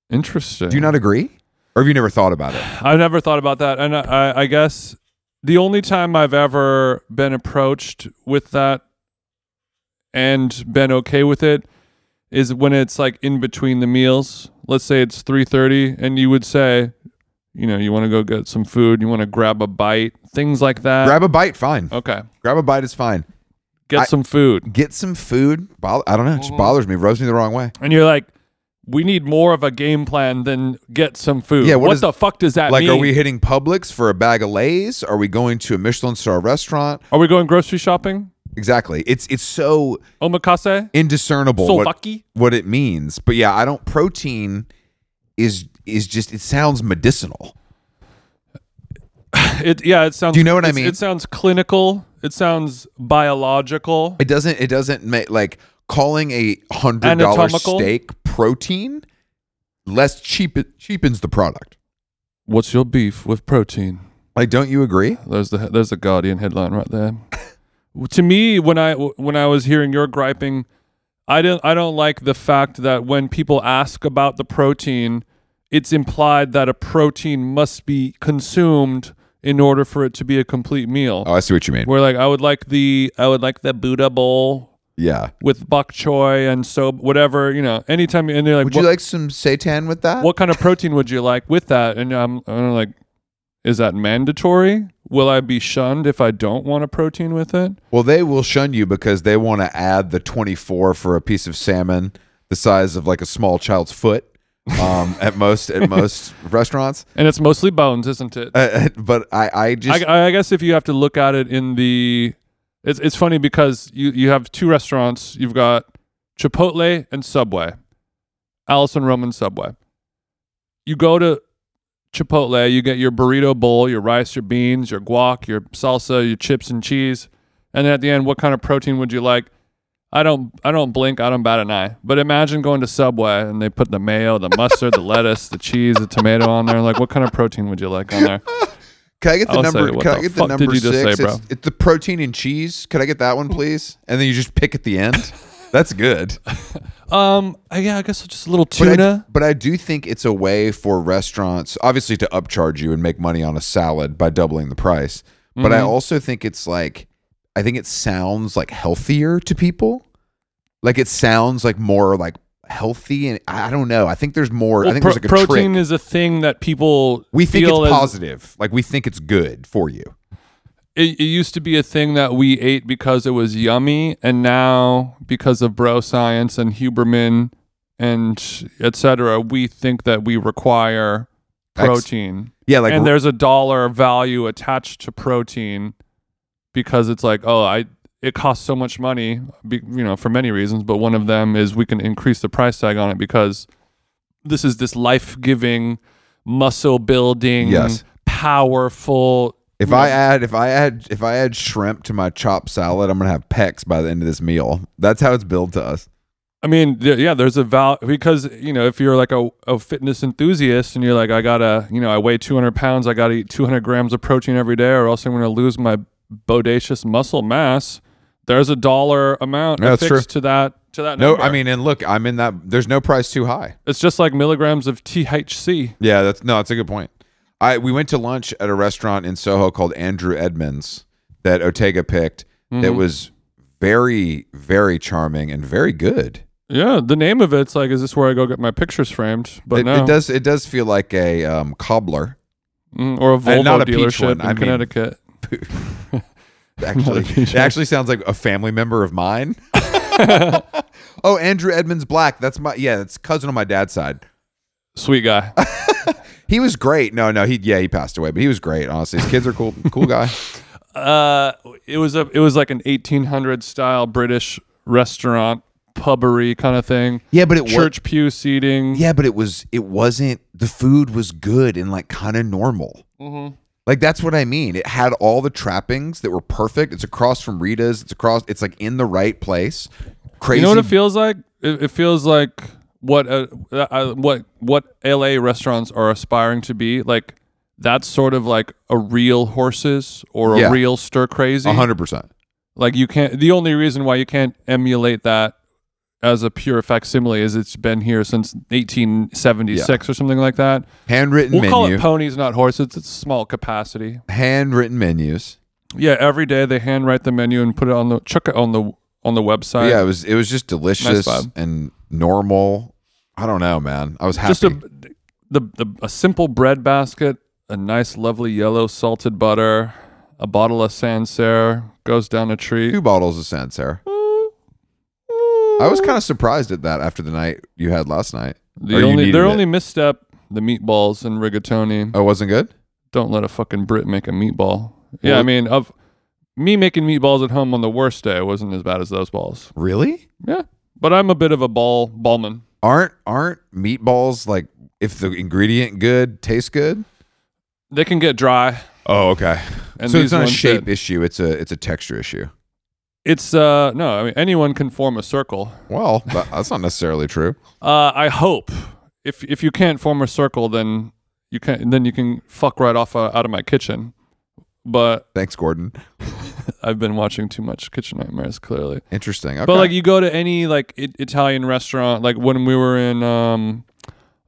S1: Interesting.
S2: Do you not agree? Or have you never thought about it?
S1: I've never thought about that, and I, I guess the only time I've ever been approached with that and been okay with it is when it's like in between the meals. Let's say it's three thirty, and you would say, you know, you want to go get some food, you want to grab a bite, things like that.
S2: Grab a bite, fine.
S1: okay,
S2: Grab a bite is fine.
S1: get
S2: I-
S1: some food,
S2: Get some food. Bo- I don't know. It
S1: Mm-hmm.
S2: just bothers me. Rubs me the wrong way.
S1: and you're like. We need more of a game plan than get some food.
S2: Yeah, what
S1: what
S2: is-
S1: the fuck does that
S2: Like,
S1: mean?
S2: are we hitting Publix for a bag of Lay's? Are we going to a Michelin star restaurant?
S1: Are we going grocery shopping?
S2: Exactly. It's it's so
S1: Omakase?
S2: indiscernible
S1: So
S2: what,
S1: lucky?
S2: what it means. But yeah, I don't. Protein is is just it sounds medicinal.
S1: It yeah, it sounds.
S2: Do you know what I
S1: it's-
S2: mean?
S1: It sounds clinical. It sounds biological.
S2: It doesn't it doesn't make like calling a hundred dollar
S1: Anatomical?
S2: steak protein less cheap cheapens the product.
S1: What's your beef with protein?
S2: Like, don't you agree?
S1: There's the there's a Guardian headline right there. to me, when I when I was hearing your griping, I don't I don't like the fact that when people ask about the protein, it's implied that a protein must be consumed in order for it to be a complete meal.
S2: Oh, I see what you mean.
S1: Where like I would like the I would like the Buddha bowl
S2: Yeah.
S1: with bok choy and so whatever you know. Anytime and they're like,
S2: Would
S1: "What-
S2: you like some seitan with that?
S1: what kind of protein would you like with that? And I'm, I'm like, is that mandatory? Will I be shunned if I don't want a protein with it?
S2: Well, they will shun you because they want to add the 24 for a piece of salmon the size of like a small child's foot um, at most at most restaurants.
S1: And it's mostly bones, isn't it?
S2: Uh, but I, I just
S1: I, I guess if you have to look at it in the, it's it's funny because you you have two restaurants. You've got Chipotle and Subway, Allison Roman Subway. You go to Chipotle, you get your burrito bowl, your rice, your beans, your guac, your salsa, your chips and cheese, and then at the end, what kind of protein would you like? I don't I don't blink, I don't bat an eye. But imagine going to Subway and they put the mayo, the mustard, the lettuce, the cheese, the tomato on there. Like, what kind of protein would you like on there?
S2: can I get the
S1: I'll
S2: number?
S1: say, what
S2: Can I
S1: the
S2: get the
S1: fuck did
S2: number
S1: you just say,
S2: six?
S1: bro?
S2: It's, it's the protein and cheese. Could I get that one, please? And then you just pick at the end. That's good.
S1: Um, I- yeah, I guess just a little
S2: But I-
S1: tuna.
S2: But I, do think it's a way for restaurants, obviously, to upcharge you and make money on a salad by doubling the price. But
S1: Mm-hmm.
S2: I also think it's like, I think it sounds like healthier to people. Like it sounds like more like healthy, and I I don't know. I think there's more. I
S1: Well,
S2: think
S1: pro-
S2: there's like a
S1: protein
S2: trick.
S1: is a thing that people
S2: We think
S1: feel
S2: it's
S1: as-
S2: positive. Like we think it's good for you.
S1: it, it used to be a thing that we ate because it was yummy, and now because of bro science and Huberman and etc., we think that we require
S2: Ex-
S1: protein.
S2: Yeah, like
S1: and there's a dollar value attached to protein because it's like, oh, I it costs so much money, be, you know, for many reasons, but one of them is we can increase the price tag on it because this is this life-giving, muscle-building,
S2: Yes.
S1: powerful.
S2: if I add if I add if I add shrimp to my chopped salad, I'm gonna have pecs by the end of this meal. That's how it's billed to us.
S1: I mean, th- yeah, there's a val because you know if you're like a, a fitness enthusiast and you're like, I gotta, you know, I weigh 200 pounds, I gotta eat 200 grams of protein every day, or else I'm gonna lose my bodacious muscle mass. There's a dollar amount
S2: Yeah, that's
S1: affixed to that to that.
S2: No,
S1: number.
S2: I mean, and look, I'm in that. There's no price too high.
S1: it's just like milligrams of THC.
S2: Yeah, that's no, that's a good point. I we went to lunch at a restaurant in Soho called Andrew Edmonds that Ortega picked. That was very, very charming and very good.
S1: Yeah, the name of it's like, is this where I go get my pictures framed? But
S2: it,
S1: no,
S2: it does it does feel like a um, cobbler.
S1: Mm, or a Volvo
S2: And not a peach
S1: dealership
S2: one,
S1: in
S2: I mean-
S1: Connecticut.
S2: Actually, it actually sounds like a family member of mine. oh, Andrew Edmonds Black. That's my yeah. That's cousin on my dad's side.
S1: Sweet guy.
S2: He was great. No, no, he yeah he passed away, but he was great. Honestly, his kids are cool. Cool guy.
S1: Uh, it was a it was like an 1800 style British restaurant pubbery kind of thing.
S2: Yeah, but it was.
S1: Church pew seating.
S2: Yeah, but it was it wasn't the food was good and like kind of normal. Like that's what I mean. It had all the trappings that were perfect. It's across from Rita's. It's across. It's like in the right place. Crazy.
S1: You know what it feels like? It, it feels like what uh, uh, what what LA restaurants are aspiring to be. Like that's sort of like a real horses or a
S2: Yeah.
S1: real stir crazy.
S2: hundred percent.
S1: Like you can't. The only reason why you can't emulate that as a pure facsimile is it's been here since 1876 or something like that.
S2: Handwritten
S1: We'll call
S2: menu.
S1: it ponies, not horses. It's small capacity.
S2: handwritten menus.
S1: Yeah, every day they handwrite the menu and put it on the chuck it on the on the website.
S2: yeah, it was it was just delicious
S1: vibe.
S2: and normal. I don't know, man. I was happy.
S1: just a the, the a simple bread basket, a nice lovely yellow salted butter, a bottle of Sancerre goes down a treat.
S2: two bottles of Sancerre. I was kind of surprised at that after the night you had last night. Or
S1: The
S2: you
S1: only
S2: needed
S1: their
S2: it.
S1: only misstep, the meatballs and rigatoni.
S2: Oh, it wasn't good.
S1: Don't let a fucking Brit make a meatball. Yeah,
S2: Well-
S1: I mean of me making meatballs at home on the worst day wasn't as bad as those balls.
S2: Really?
S1: Yeah. But I'm a bit of a ball ballman.
S2: Aren't aren't meatballs like if the ingredient good tastes good?
S1: They can get dry.
S2: Oh, okay.
S1: And
S2: so
S1: these
S2: it's not a
S1: ones
S2: shape
S1: did.
S2: issue. It's a it's a texture issue.
S1: It's uh no, I mean anyone can form a circle.
S2: Well, that, that's not necessarily true.
S1: Uh, I hope. If if you can't form a circle, then you can then you can fuck right off uh, out of my kitchen. But
S2: Thanks, Gordon.
S1: I've been watching too much Kitchen Nightmares, clearly.
S2: Interesting. Okay.
S1: But like you go to any like it, Italian restaurant, like when we were in um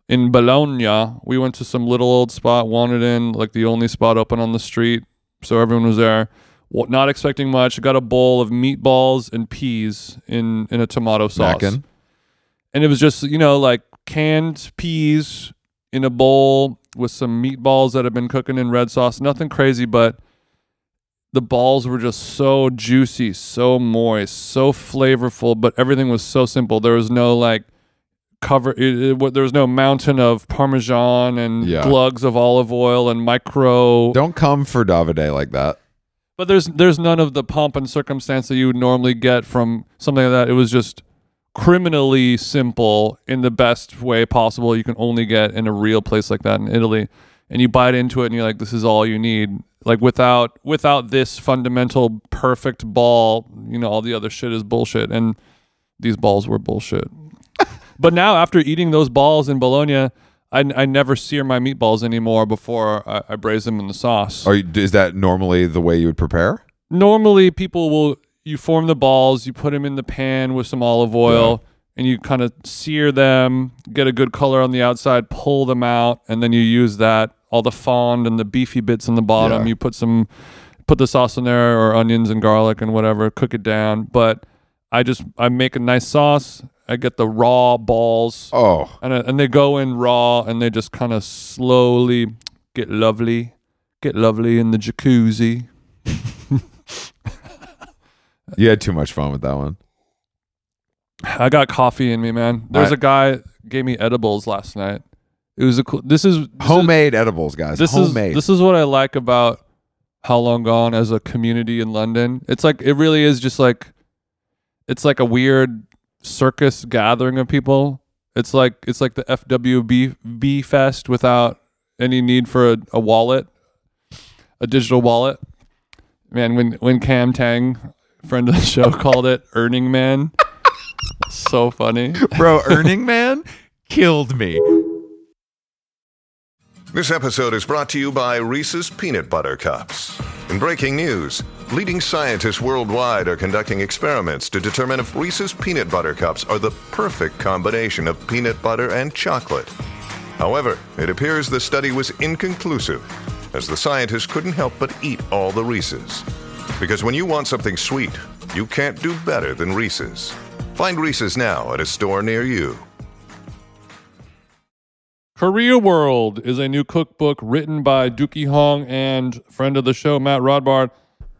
S1: in Bologna, we went to some little old spot, wanted in like the only spot open on the street, so everyone was there. wa- Not expecting much. Got a bowl of meatballs and peas in in a tomato sauce
S2: Mackin'.
S1: and it was just you know like canned peas in a bowl with some meatballs that had been cooking in red sauce nothing crazy but the balls were just so juicy so moist so flavorful but everything was so simple there was no like cover it, it, wa- there was no mountain of parmesan and
S2: Yeah.
S1: glugs of olive oil and micro
S2: Don't come for Davide like that.
S1: but there's there's none of the pomp and circumstance that you would normally get from something like that. It was just criminally simple in the best way possible. You can only get in a real place like that in Italy, and you bite into it, and you're like, this is all you need. Like without without this fundamental perfect ball, you know, all the other shit is bullshit, and these balls were bullshit. but now after eating those balls in Bologna. I, I never sear my meatballs anymore before I, I braise them in the sauce
S2: Are you, is that normally the way you would prepare?
S1: normally people will you form the balls, you put them in the pan with some olive oil, and you kind of sear them, get a good color on the outside, pull them out, and then you use that all the fond and the beefy bits in the bottom.
S2: Yeah.
S1: You put some put the sauce in there or onions and garlic and whatever, cook it down. But I just I make a nice sauce. I get the raw balls
S2: Oh,
S1: and and they go in raw and they just kind of slowly get lovely, get lovely in the jacuzzi.
S2: you had too much fun with that one.
S1: I got coffee in me, man. There's
S2: I-
S1: a guy gave me edibles last night. It was a cool. This is this
S2: Homemade edibles, guys.
S1: Is, this
S2: Homemade.
S1: is this is what I like about how long gone as a community in London. It's like it really is just like it's like a weird circus gathering of people. It's like it's like the FWB B fest without any need for a, a wallet, a digital wallet. Man, when when Cam Tang, friend of the show, called it earning man. So funny.
S2: Bro, Earning Man killed me.
S3: This episode is brought to you by Reese's Peanut Butter Cups. In breaking news, leading scientists worldwide are conducting experiments to determine if Reese's Peanut Butter Cups are the perfect combination of peanut butter and chocolate. However, it appears the study was inconclusive, as the scientists couldn't help but eat all the Reese's. Because when you want something sweet, you can't do better than Reese's. Find Reese's now at a store near you.
S1: Korea World is a new cookbook written by Dookie Hong and friend of the show Matt Rodbard,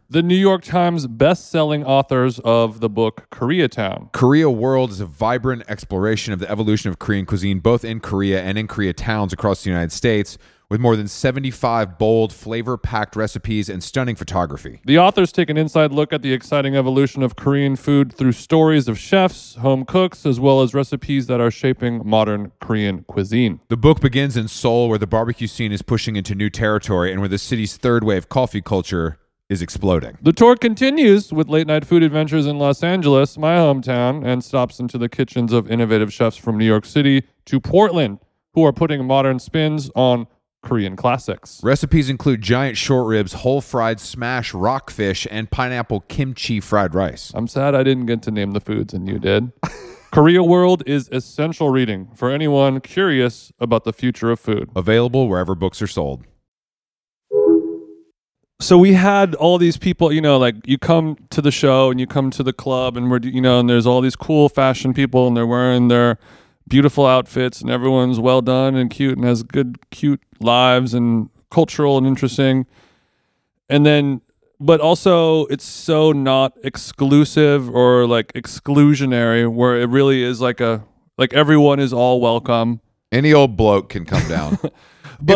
S1: the New York Times best-selling authors of the book Koreatown.
S2: Korea World is a vibrant exploration of the evolution of Korean cuisine, both in Korea and in Korea towns across the United States. with more than 75 bold, flavor packed recipes and stunning photography.
S1: The authors take an inside look at the exciting evolution of Korean food through stories of chefs, home cooks, as well as recipes that are shaping modern Korean cuisine.
S2: The book begins in Seoul, where the barbecue scene is pushing into new territory and where the city's third wave coffee culture is exploding.
S1: The tour continues with late night food adventures in Los Angeles, my hometown, and stops into the kitchens of innovative chefs from New York City to Portland who are putting modern spins on Korean classics.
S2: Recipes include giant short ribs, whole fried smash rockfish, and pineapple kimchi fried rice.
S1: I'm sad I didn't get to name the foods and you did. Korea World is essential reading for anyone curious about the future of food.
S2: Available wherever books are sold.
S1: so we had all these people you know like you come to the show and you come to the club and we're you know and there's all these cool fashion people and they're wearing their beautiful outfits and everyone's well done and cute and has good cute lives and cultural and interesting and then but also it's so not exclusive or like exclusionary where it really is like a like everyone is all welcome
S2: Any old bloke can come down.
S1: But-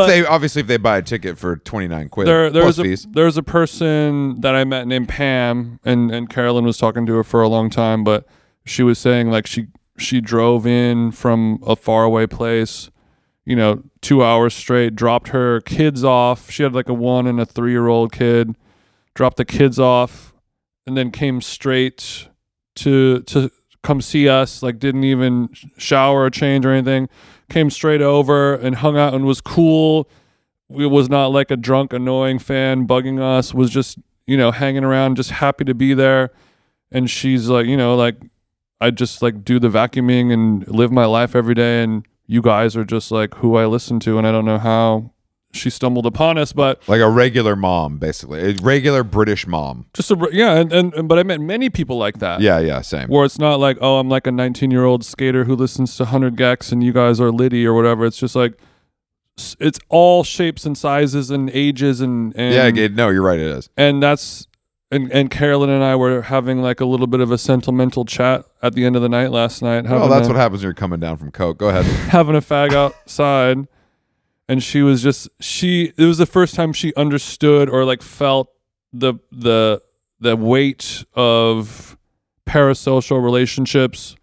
S2: if they obviously if they buy a ticket for 29 quid
S1: there, there was
S2: plus
S1: a,
S2: fees.
S1: there was a person that I met named Pam, and and Carolyn was talking to her for a long time, but she was saying like she she drove in from a faraway place, you know, two hours straight, dropped her kids off. She had like a one and a three year old kid, dropped the kids off, and then came straight to to come see us like didn't even sh- shower or change or anything came straight over and hung out and was cool it was not like a drunk annoying fan bugging us was just you know hanging around just happy to be there and she's like you know like i just like do the vacuuming and live my life every day and you guys are just like who i listen to and i don't know how she stumbled upon us but
S2: like a regular mom basically. A regular British mom.
S1: just a, yeah and, and, and but i met many people like that
S2: Yeah, yeah, same.
S1: where it's not like oh i'm like a 19 year old skater who listens to 100 gex and you guys are liddy or whatever it's just like s- it's all shapes and sizes and ages and, and
S2: yeah, it, no, you're right it is.
S1: and that's and and carolyn and i were having like a little bit of a sentimental chat at the end of the night last night having,
S2: Well, Oh, that's
S1: a,
S2: what happens when you're coming down from Coke. Go ahead.
S1: having a fag outside and she was just she it was the first time she understood or like felt the the the weight of parasocial relationships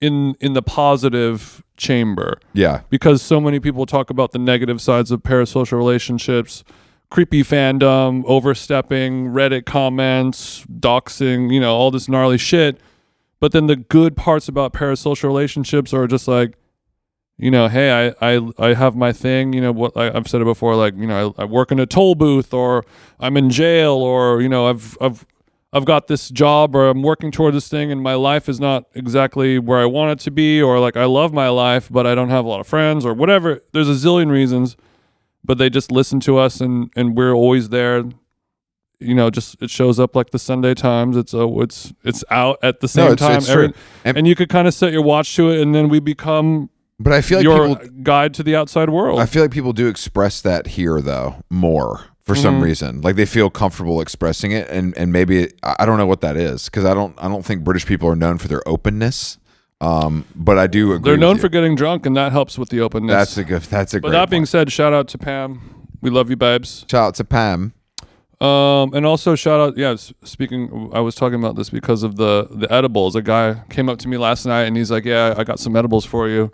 S1: in in the positive chamber
S2: Yeah.
S1: because so many people talk about the negative sides of parasocial relationships creepy fandom overstepping reddit comments doxing you know all this gnarly shit but then the good parts about parasocial relationships are just like you know hey i i, I have my thing you know what I, i've said it before like you know I, I work in a toll booth or i'm in jail or you know i've i've I've got this job or I'm working toward this thing and my life is not exactly where I want it to be or like I love my life but I don't have a lot of friends or whatever. There's a zillion reasons, but they just listen to us and and we're always there. You know, just it shows up like the Sunday Times. It's uh, it's it's out at the same
S2: No, it's,
S1: time.
S2: it's
S1: every-
S2: true. And,
S1: And, you could kind of set your watch to it and then we become
S2: but I feel like
S1: your
S2: people
S1: guide to the outside world.
S2: I feel like people do express that here though more for some
S1: Mm-hmm.
S2: reason. Like they feel comfortable expressing it, and and maybe it, I I don't know what that is because I don't I don't think British people are known for their openness. Um, but I do agree.
S1: They're
S2: with
S1: known
S2: you.
S1: for getting drunk and that helps with the openness.
S2: that's a good that's a
S1: but
S2: great.
S1: that being
S2: point.
S1: said, shout out to Pam. We love you, babes.
S2: shout out to Pam.
S1: Um, and also shout out, yeah. s- Speaking, I was talking about this because of the the edibles. A guy came up to me last night and he's like, "Yeah, I got some edibles for you,"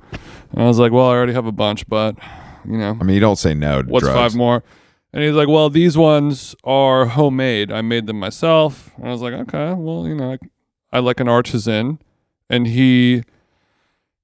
S1: and I was like, "Well, I already have a bunch, but you know,
S2: I mean, you don't say no. To
S1: what's
S2: drugs.
S1: five more?" And he's like, "Well, these ones are homemade. I made them myself." And I was like, "Okay, well, you know, I, I like an artisan," and he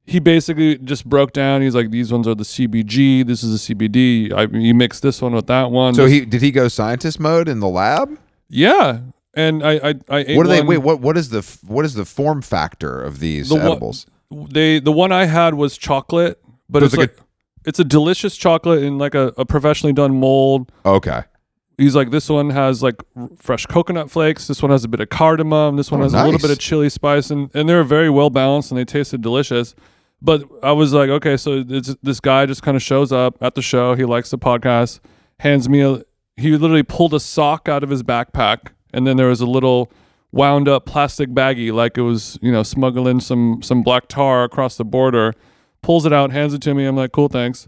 S1: he basically just broke down. He's like, "These ones are the CBG. This is a CBD. I, you mix this one with that one."
S2: So
S1: This-
S2: he did he go scientist mode in the lab?
S1: Yeah, and I I, I ate
S2: What do they
S1: one-
S2: wait? What what is the f- what is the form factor of these
S1: The one-
S2: edibles?
S1: They the one I had was chocolate, but
S2: So
S1: it's
S2: it's like
S1: like, it's a delicious chocolate in like a, a professionally done mold.
S2: okay,
S1: He's like this one has like r- fresh coconut flakes. This one has a bit of cardamom. This one
S2: Oh,
S1: has a little
S2: nice.
S1: bit of chili spice, and and they're very well balanced and they tasted delicious. But I was like, okay, so this, this guy just kind of shows up at the show. He likes the podcast, hands me a. He literally pulled a sock out of his backpack, and then there was a little wound up plastic baggie, like it was you know smuggling some some black tar across the border. Pulls it out, hands it to me. I'm like, cool, thanks.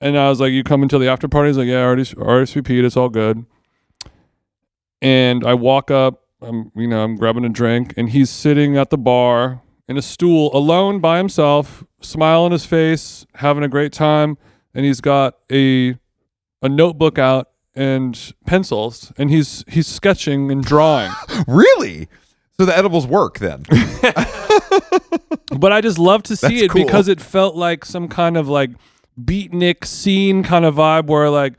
S1: And I was like, "You coming to the after party?" He's like, "Yeah, I already RSVP'd. It's all good." And I walk up. I'm, you know, I'm grabbing a drink, and he's sitting at the bar in a stool, alone by himself, smile on his face, having a great time, and he's got a a notebook out and pencils, and he's he's sketching and drawing.
S2: Really? So the edibles work then?
S1: But I just love to see
S2: That's
S1: it
S2: cool.
S1: because it felt like some kind of like beatnik scene kind of vibe where like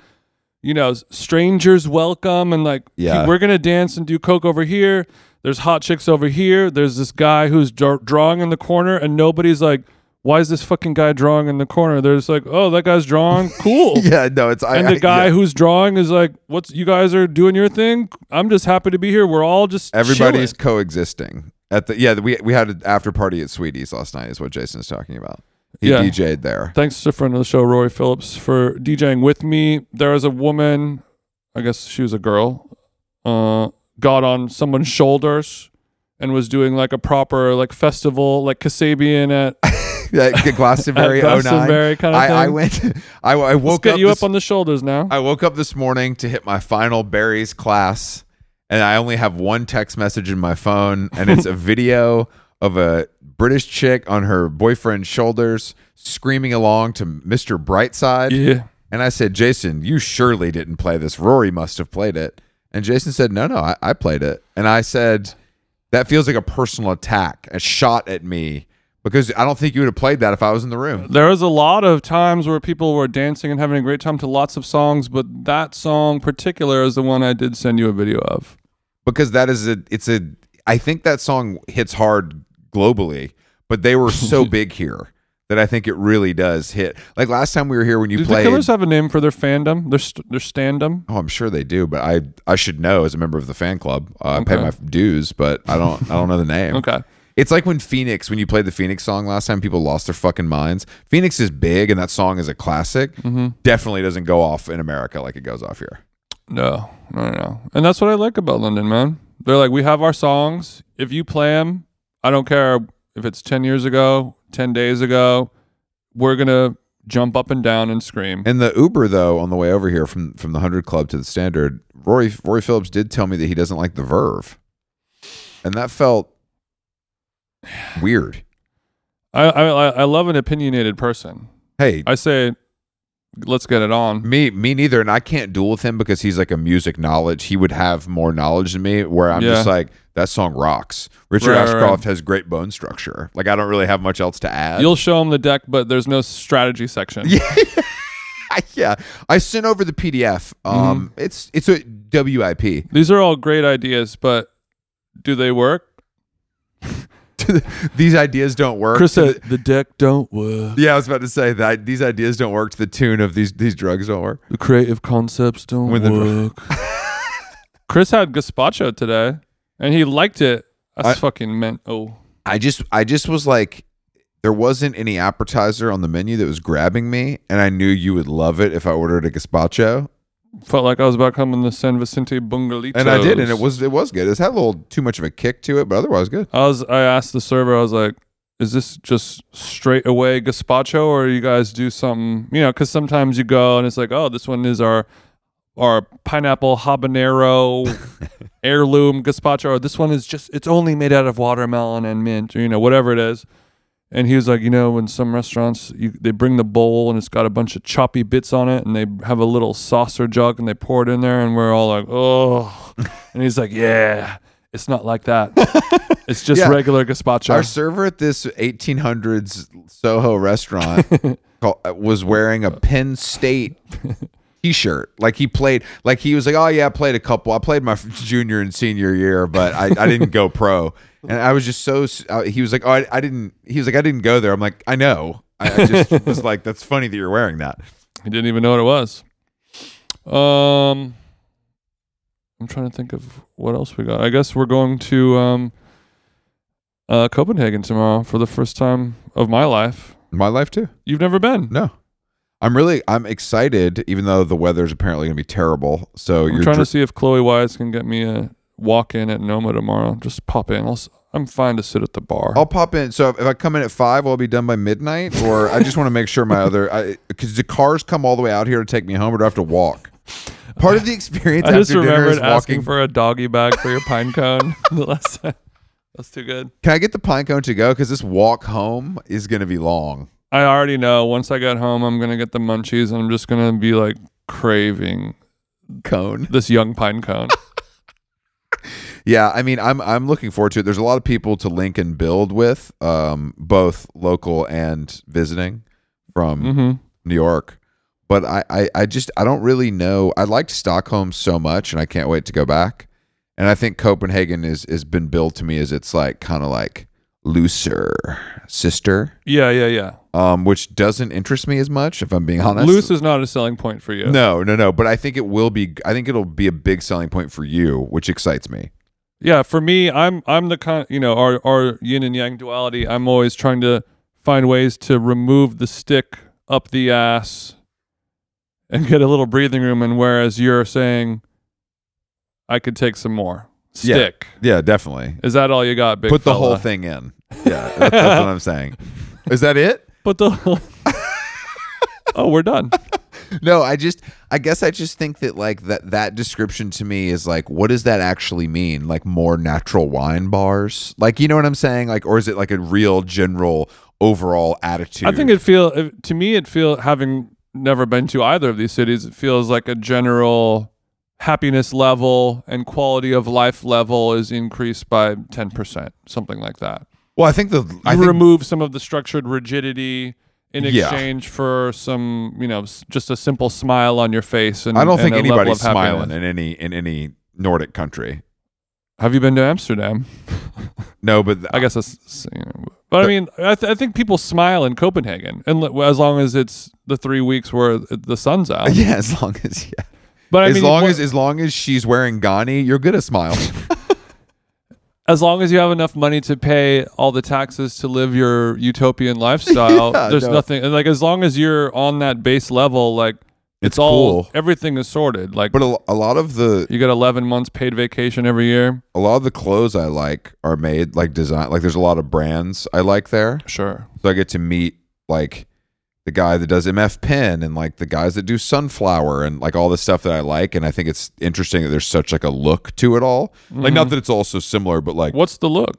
S1: you know s- strangers welcome and like
S2: Yeah.
S1: "Hey, we're gonna dance and do coke over here. There's hot chicks over here. There's this guy who's dra- drawing in the corner, and nobody's like, "Why is this fucking guy drawing in the corner?" They're just like, "Oh, that guy's drawing. Cool."
S2: yeah, no, it's I,
S1: And
S2: I-
S1: the guy
S2: yeah.
S1: who's drawing is like, "What's you guys are doing your thing? I'm just happy to be here. We're all just
S2: everybody's
S1: chilling."
S2: coexisting at the yeah we we had an after party at Sweetie's last night is what Jason's talking about. He
S1: Yeah.
S2: DJ'd there.
S1: Thanks to friend of the show, Rory Phillips, for DJing with me. There was a woman, I guess she was a girl, uh, got on someone's shoulders and was doing like a proper like festival, like Kasabian at
S2: That Glastonbury
S1: At
S2: 09.
S1: Glastonbury kind of
S2: I, I
S1: thing.
S2: went. I, I
S1: Let's
S2: woke
S1: get
S2: up.
S1: you
S2: this,
S1: up on the shoulders now.
S2: I woke up this morning to hit my final Barry's class, and I only have one text message in my phone, and it's a video of a British chick on her boyfriend's shoulders screaming along to Mr. Brightside.
S1: yeah.
S2: And I said, Jason, you surely didn't play this. Rory must have played it. And Jason said, No, no, I, I played it. And I said, That feels like a personal attack, a shot at me, because I don't think you would have played that if I was in the room.
S1: There was a lot of times where people were dancing and having a great time to lots of songs, but that song in particular is the one I did send you a video of.
S2: Because that is a, it's a, I think that song hits hard globally, but they were so big here that I think it really does hit. Like last time we were here when you
S1: Do the
S2: played.
S1: Killers have a name for their fandom, their st- their standum?
S2: Oh, I'm sure they do, but I I should know as a member of the fan club. Uh, I pay
S1: Okay.
S2: my dues, but I don't I don't know the name.
S1: Okay.
S2: It's like when Phoenix, when you played the Phoenix song last time, people lost their fucking minds. Phoenix is big, and that song is a classic. Definitely doesn't go off in America like it goes off here.
S1: No, no, no, no. And that's what I like about London, man. They're like, we have our songs. If you play them, I don't care if it's 10 years ago, 10 days ago, we're going to jump up and down and scream.
S2: And the Uber though, on the way over here from from the Hundred Club to the Standard, Rory Rory Phillips did tell me that he doesn't like the Verve, and that felt weird.
S1: I, I, I- I love an opinionated person.
S2: Hey,
S1: I say, let's get it on.
S2: Me, me neither. And I can't duel with him because he's like a music knowledge. He would have more knowledge than me. Where I'm
S1: Yeah.
S2: just like that song rocks. Richard
S1: Right, right,
S2: Ashcroft
S1: right.
S2: has great bone structure. Like I don't really have much else to add.
S1: You'll show them the deck, but there's no strategy section.
S2: Yeah. yeah, I sent over the PDF.
S1: Mm-hmm.
S2: Um, it's it's a WIP.
S1: These are all great ideas, but do they work?
S2: These ideas don't work.
S1: Chris said, the deck don't work.
S2: yeah, I was about to say that these ideas don't work to the tune of these these drugs don't work.
S1: The creative concepts don't
S2: When the dr-
S1: work. Chris had gazpacho today, and he liked it. That's
S2: I-
S1: fucking meant. Oh,
S2: I just I just was like there wasn't any appetizer on the menu that was grabbing me and I knew you would love it if I ordered a gazpacho
S1: felt like I was about coming to San Vicente Bungalitos.
S2: and I did and it was it was good. It had a little too much of a kick to it but otherwise good.
S1: I was. I asked the server. I was like, "Is this just straight away gazpacho, or you guys do something? You know, because sometimes you go and it's like, oh, this one is our our pineapple habanero heirloom gazpacho, or this one is just it's only made out of watermelon and mint, or you know, whatever it is." And he was like, you know, in some restaurants, you, they bring the bowl and it's got a bunch of choppy bits on it, and they have a little saucer jug and they pour it in there, and we're all like, oh. and he's like, yeah, it's not like that. it's just
S2: Yeah.
S1: regular gazpacho.
S2: Our server at this 1800s Soho restaurant call- was wearing a Penn State T-shirt. Like he played, like he was like, "Oh yeah, I played a couple. I played my junior and senior year, but I, I didn't go pro." And I was just so. s- Uh, he was like, "Oh, I, I didn't." He was like, "I didn't go there." I'm like, "I know." I, I just was like, "That's funny that you're wearing that."
S1: he didn't even know what it was. Um, I'm trying to think of what else we got. I guess we're going to um, uh, Copenhagen tomorrow for the first time of my life.
S2: My life too.
S1: You've never been.
S2: No. I'm really I'm excited, even though the weather's apparently going to be terrible. So
S1: I'm
S2: you're
S1: trying
S2: dr-
S1: to see if Chloe Wise can get me a walk in at Noma tomorrow. Just pop in. I'll, s- I'm fine to sit at the bar.
S2: I'll pop in. So if I come in at five, will I be done by midnight? Or I just want to make sure my other because the cars come all the way out here to take me home, or do I have to walk? Part of the experience
S1: I
S2: after
S1: just
S2: dinner is
S1: remembered
S2: walking.
S1: asking for a doggy bag for your pine cone the last time. That's too good.
S2: Can I get the pine cone to go? Because this walk home is going to be long.
S1: I already know once I get home, I'm going to get the munchies and I'm just going to be like craving
S2: Cone.
S1: this young pine cone.
S2: Yeah, I mean, I'm I'm looking forward to it. There's a lot of people to link and build with, um, both local and visiting from
S1: hmm
S2: New York. But I, I, I just I don't really know. I liked Stockholm so much, and I can't wait to go back. And I think Copenhagen is has been billed to me as it's like kind of like looser sister,
S1: Yeah, yeah, yeah.
S2: um, which doesn't interest me as much if I'm being honest.
S1: Loose is not a selling point for you.
S2: Oh, No, no, no. But I think it will be. I think it'll be a big selling point for you, which excites me.
S1: Yeah, for me, I'm I'm the kind you know our our yin and yang duality. I'm always trying to find ways to remove the stick up the ass and get a little breathing room. And whereas you're saying, I could take some more
S2: Yeah.
S1: stick.
S2: Yeah, definitely.
S1: Is that all you got, big?
S2: Put the
S1: fella?
S2: whole thing in. Yeah, that's, that's what I'm saying. Is that it?
S1: Put the. whole- oh, we're done.
S2: No, I just I guess I just think that like that that description to me is like what does that actually mean? Like more natural wine bars? Like you know what I'm saying? Like or is it like a real general overall attitude?
S1: I think it feel it- to me it feel having never been to either of these cities, it feels like a general happiness level and quality of life level is increased by ten percent, something like that.
S2: Well, I think the I
S1: You
S2: think
S1: remove some of the structured rigidity in
S2: Yeah.
S1: exchange for some, you know, s- just a simple smile on your face. And
S2: I don't
S1: and
S2: think
S1: a level
S2: anybody's
S1: of happiness.
S2: smiling in any in any Nordic country.
S1: Have you been to Amsterdam?
S2: No, but th-
S1: I guess that's, s- you know, but I mean, I, th- I think people smile in Copenhagen, and l- as long as it's the three weeks where the sun's out.
S2: yeah, as long as yeah.
S1: But I
S2: as
S1: mean,
S2: long
S1: what-
S2: as as long as she's wearing Ghani, you're good at smile.
S1: as long as you have enough money to pay all the taxes to live your utopian lifestyle,
S2: Yeah,
S1: there's
S2: no.
S1: nothing and, like as long as you're on that base level, like it's,
S2: It's
S1: all
S2: cool.
S1: everything is sorted. Like
S2: but a, a lot of the
S1: you get 11 months paid vacation every year.
S2: a lot of the clothes I like are made like design like there's a lot of brands I like there.
S1: Sure.
S2: So I get to meet like the guy that does MF Pen and like the guys that do Sunflower and like all the stuff that I like. And I think it's interesting that there's such like a look to it all. Like not that it's all so similar, but like
S1: What's the look?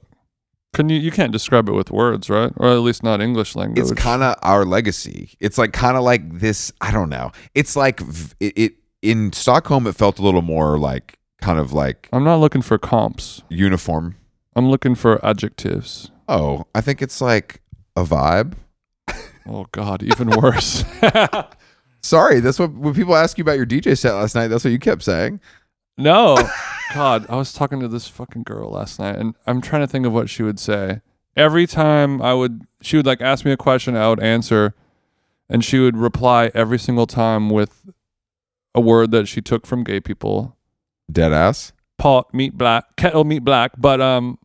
S1: Can you you can't describe it with words, right? Or at least not English language.
S2: it's kind of our legacy. It's like kind of like this. I don't know. It's like v- it, it in Stockholm. It felt a little more like kind of like
S1: I'm not looking for comps.
S2: uniform.
S1: I'm looking for adjectives.
S2: Oh, I think it's like a vibe.
S1: Oh god, even worse.
S2: Sorry, that's what when people ask you about your DJ set last night. That's what you kept saying.
S1: No. God, I was talking to this fucking girl last night and I'm trying to think of what she would say. Every time I would she would like ask me a question, I would answer and she would reply every single time with a word that she took from gay people.
S2: Dead ass.
S1: Pot meat black, kettle meat black, but um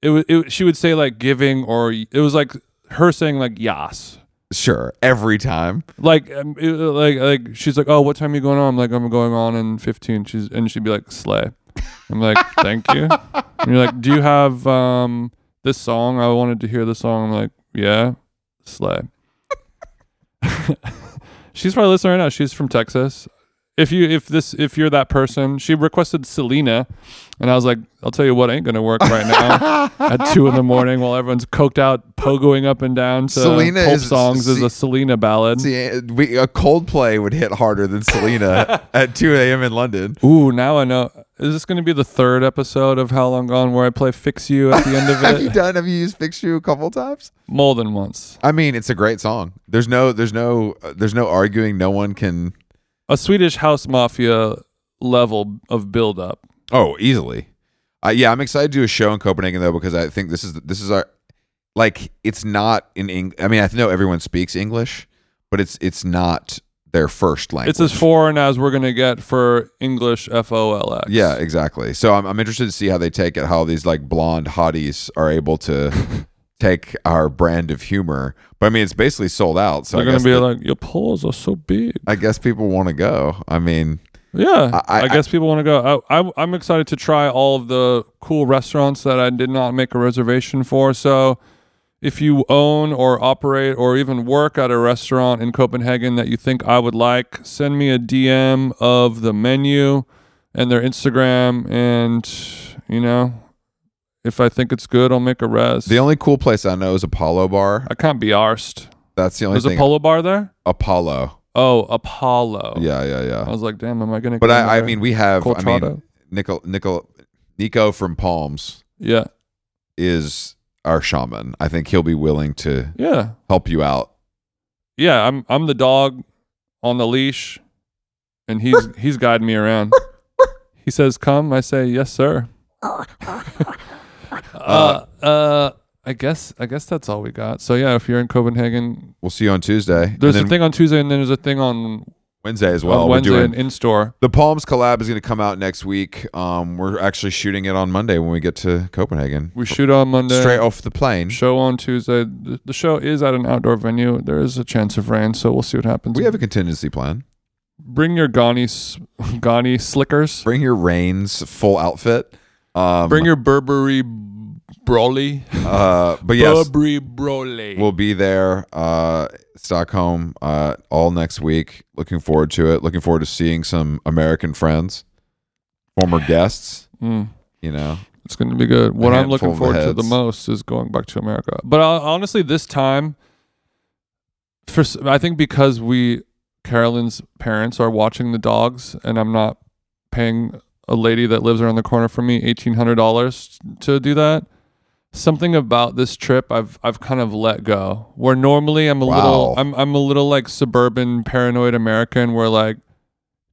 S1: it was it, she would say like giving or it was like her saying like yas.
S2: Sure, every time.
S1: Like um, it- like like she's like, "Oh, what time are you going on?" I'm like, "I'm going on in 15." She's and she'd be like, "Slay." I'm like, thank you. And you're like, do you have um this song? I wanted to hear the song. I'm like, yeah, slay. She's probably listening right now. She's from Texas. If you if this if you're that person, she requested Selena, and I was like, I'll tell you what ain't gonna work right now at two in the morning while everyone's coked out, pogoing up and down to
S2: Selena
S1: Selena pulp
S2: is-
S1: songs is
S2: see-
S1: a Selena ballad.
S2: See, we, a Coldplay would hit harder than Selena at 2 a.m. in London.
S1: Ooh, now I know. Is this gonna be the third episode of How Long Gone where I play Fix You at the end of
S2: Have you
S1: it?
S2: done? Have you used "Fix You" a couple times?
S1: More than once.
S2: I mean, it's a great song. There's no, there's no, uh, there's no arguing. No one can.
S1: a Swedish house mafia level of build up.
S2: Oh, easily. Uh, yeah, I'm excited to do a show in Copenhagen though because I think this is this is our like it's not in English. I mean, I know everyone speaks English, but it's it's not their first language.
S1: It's as foreign as we're gonna get for English FOLX.
S2: Yeah, exactly. So I'm, I'm interested to see how they take it, how these like blonde hotties are able to take our brand of humor. But I mean, it's basically sold out. So
S1: They're
S2: I
S1: going
S2: guess
S1: to be
S2: that-
S1: like, your paws are so big.
S2: I guess people want to go. I mean,
S1: Yeah,
S2: I-
S1: I,
S2: I-
S1: guess people want to go. I, I, I'm excited to try all of the cool restaurants that I did not make a reservation for. So, if you own or operate or even work at a restaurant in Copenhagen that you think I would like, send me a DM of the menu and their Instagram, and you know, if I think it's good, I'll make a res.
S2: the only cool place I know is Apollo Bar.
S1: I can't be arsed.
S2: That's the only
S1: There's a
S2: thing.
S1: polo bar there.
S2: Apollo.
S1: Oh, Apollo.
S2: Yeah, yeah,
S1: I
S2: yeah.
S1: was like, damn, am I gonna?
S2: But
S1: get in
S2: I, I
S1: there?
S2: mean, we have. I mean,
S1: Colchado.
S2: Nico, Nico, Nico from Palms
S1: yeah,
S2: is our shaman. I think he'll be willing to
S1: yeah.
S2: help you out.
S1: yeah, I'm I'm the dog on the leash, and he's he's guiding me around. He says, "Come," I say, "Yes, sir." uh, uh, I guess I guess that's all we got. So yeah, if you're in Copenhagen,
S2: We'll see you on Tuesday.
S1: there's
S2: and
S1: a
S2: then
S1: thing on Tuesday, and then there's a thing on,
S2: Wednesday as
S1: on
S2: well. We're
S1: Wednesday
S2: doing
S1: in store.
S2: The Palms collab is going to come out next week. Um, we're actually shooting it on Monday when we get to Copenhagen.
S1: We shoot on Monday.
S2: Straight off the plane.
S1: Show on Tuesday. The, the show is at an outdoor venue. There is a chance of rain, so we'll see what happens.
S2: We have a contingency plan.
S1: bring your Ghani s- Ghani slickers.
S2: Bring your reins, full outfit. Um,
S1: Bring your Burberry Broly.
S2: uh, but yes,
S1: Burberry Broly.
S2: we'll be there, uh, Stockholm, uh, all next week. Looking forward to it. Looking forward to seeing some American friends, former guests.
S1: Mm,
S2: You know,
S1: it's going to be good. What I'm
S2: handful
S1: looking
S2: of
S1: forward to the
S2: heads.
S1: most is going back to America. But uh, honestly, this time, for s- I think because we Carolyn's parents are watching the dogs, and I'm not paying a lady that lives around the corner from me eighteen hundred dollars to do that. Something about this trip I've I've kind of let go. Where normally I'm a
S2: Wow.
S1: little I'm I'm a little like suburban paranoid American where like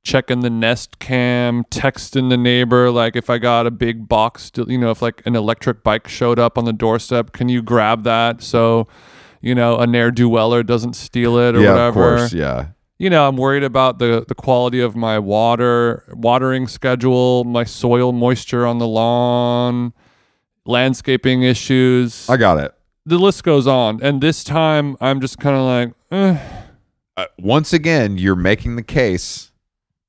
S1: checking the nest cam, texting the neighbor, like if I got a big box, to- you know, if like an electric bike showed up on the doorstep, can you grab that? So, you know, a ne'er do weller doesn't steal it or
S2: yeah,
S1: whatever
S2: of course, yeah.
S1: you know, I'm worried about the the quality of my water, watering schedule, my soil moisture on the lawn, landscaping issues.
S2: I got it.
S1: the list goes on. And this time, I'm just kind of like, eh,
S2: uh, once again, you're making the case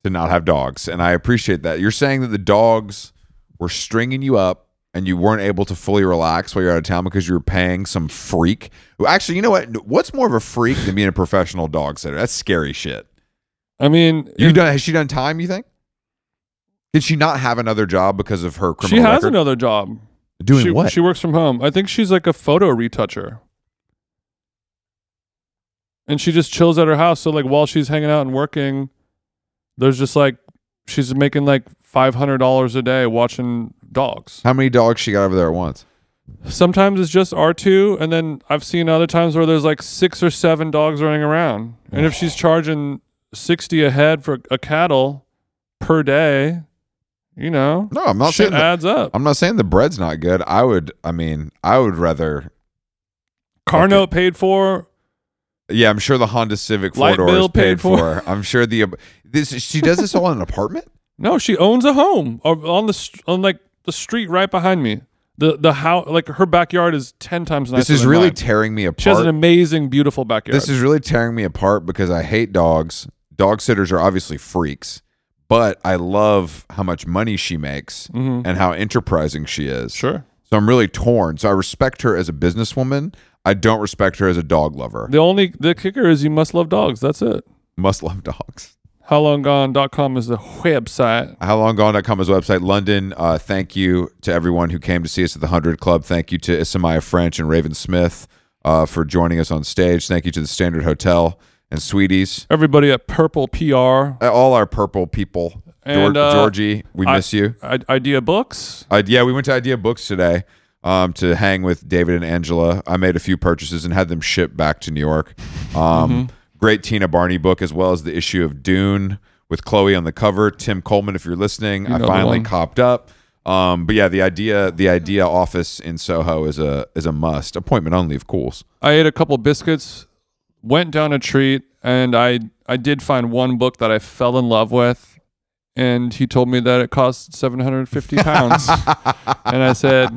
S2: to not have dogs, and I appreciate that. You're saying that the dogs were stringing you up, and you weren't able to fully relax while you're out of town because you were paying some freak. Well, Actually, you know what? What's more of a freak than being a professional dog sitter? That's scary shit.
S1: I mean,
S2: You
S1: if-
S2: done? Has she done time? You think? Did she not have another job because of her
S1: she
S2: criminal
S1: has
S2: record?
S1: another job.
S2: Doing
S1: she,
S2: what?
S1: She works from home. I think she's like a photo retoucher. And she just chills at her house. So like while she's hanging out and working, there's just like she's making like five hundred dollars a day watching dogs.
S2: How many dogs she got over there at once?
S1: Sometimes it's just R two, and then I've seen other times where there's like six or seven dogs running around. And if she's charging sixty a head for a cattle per day, you know,
S2: No, I'm not
S1: shit uh,
S2: saying that.
S1: adds up.
S2: I'm not saying the bread's not good. I would. I mean, I would rather
S1: Car
S2: Okay.
S1: note paid for,
S2: Yeah, I'm sure the Honda Civic four
S1: Light
S2: door is
S1: bill
S2: paid
S1: paid
S2: for.
S1: for.
S2: I'm sure the this she does this all in an apartment.
S1: No, she owns a home o- on the st- on like the street right behind me. The the house like her backyard is ten times nicer.
S2: This is
S1: than
S2: really
S1: mine.
S2: tearing me apart.
S1: she has an amazing, beautiful backyard.
S2: this is really tearing me apart because I hate dogs. Dog sitters are obviously freaks, but I love how much money she makes
S1: Mhm.
S2: and how enterprising she is.
S1: sure.
S2: So I'm really torn. So I respect her as a businesswoman. I don't respect her as a dog lover.
S1: The only the kicker is you must love dogs. That's it.
S2: Must love dogs.
S1: Howlonggone.com is the website.
S2: How long gone.com is website. London, uh, thank you to everyone who came to see us at the 100 Club. Thank you to Isamaya French and Raven Smith uh, for joining us on stage. Thank you to the Standard Hotel and Sweeties.
S1: Everybody at Purple PR,
S2: Uh, All our purple people.
S1: And,
S2: Geor-
S1: uh,
S2: Georgie, we
S1: I-
S2: miss you.
S1: I- Idea Books.
S2: Uh, yeah, we went to Idea Books today um, to hang with David and Angela. I made a few purchases and had them shipped back to New York.
S1: Mm-hmm.
S2: Um, Great Tina Barney book, as well as the issue of Dune with Chloe on the cover. Tim Coleman, if you're listening, I
S1: know the
S2: finally
S1: one.
S2: copped up. Um, but yeah, the idea the idea office in Soho is a is a must. Appointment only, of course.
S1: I ate a couple biscuits, went down a treat, and I I did find one book that I fell in love with, and he told me that it cost seven hundred fifty pounds, and I said,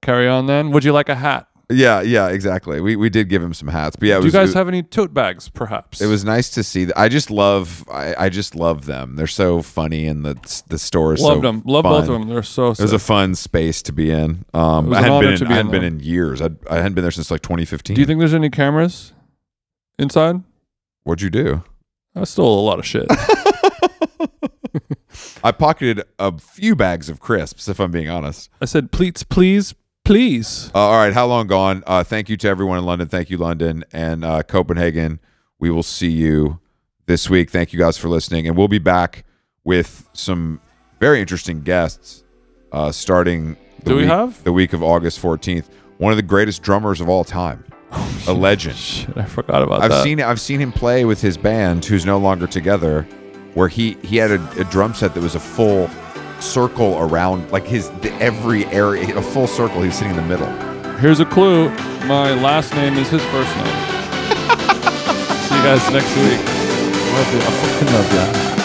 S1: "Carry on, then. Would you like a hat?"
S2: Yeah, yeah, exactly. We we did give him some hats, but yeah, it
S1: Do you
S2: was,
S1: guys
S2: it,
S1: have any tote bags, perhaps?
S2: it was nice to see. th- I just love, I, I just love them. They're so funny, and the the store is
S1: loved
S2: so
S1: them. Love both of
S2: fun.
S1: them. They're so.
S2: It was
S1: sick.
S2: a fun space to be in. Um,
S1: was
S2: I
S1: an
S2: hadn't
S1: honor
S2: been in,
S1: to be
S2: I
S1: in
S2: hadn't been
S1: there.
S2: in years. I'd, I hadn't been there since like 2015.
S1: Do you think there's any cameras inside?
S2: What'd you do?
S1: I stole a lot of shit.
S2: I pocketed a few bags of crisps, if I'm being honest.
S1: I said, pleats, please, please.
S2: Uh, all right, how long gone? Uh, thank you to everyone in London. Thank you, London and uh, Copenhagen. We will see you this week. Thank you guys for listening, and we'll be back with some very interesting guests uh, starting. the
S1: Do we
S2: week-
S1: have?
S2: the week of August 14th? One of the greatest drummers of all time, a legend.
S1: Shit, I forgot about
S2: I've
S1: that.
S2: seen I've seen him play with his band, who's no longer together, where he he had a, a drum set that was a full circle around like his the, every area, a full circle. He was sitting in the middle.
S1: Here's a clue. My last name is his first name. See you guys next week.
S2: I fucking love that.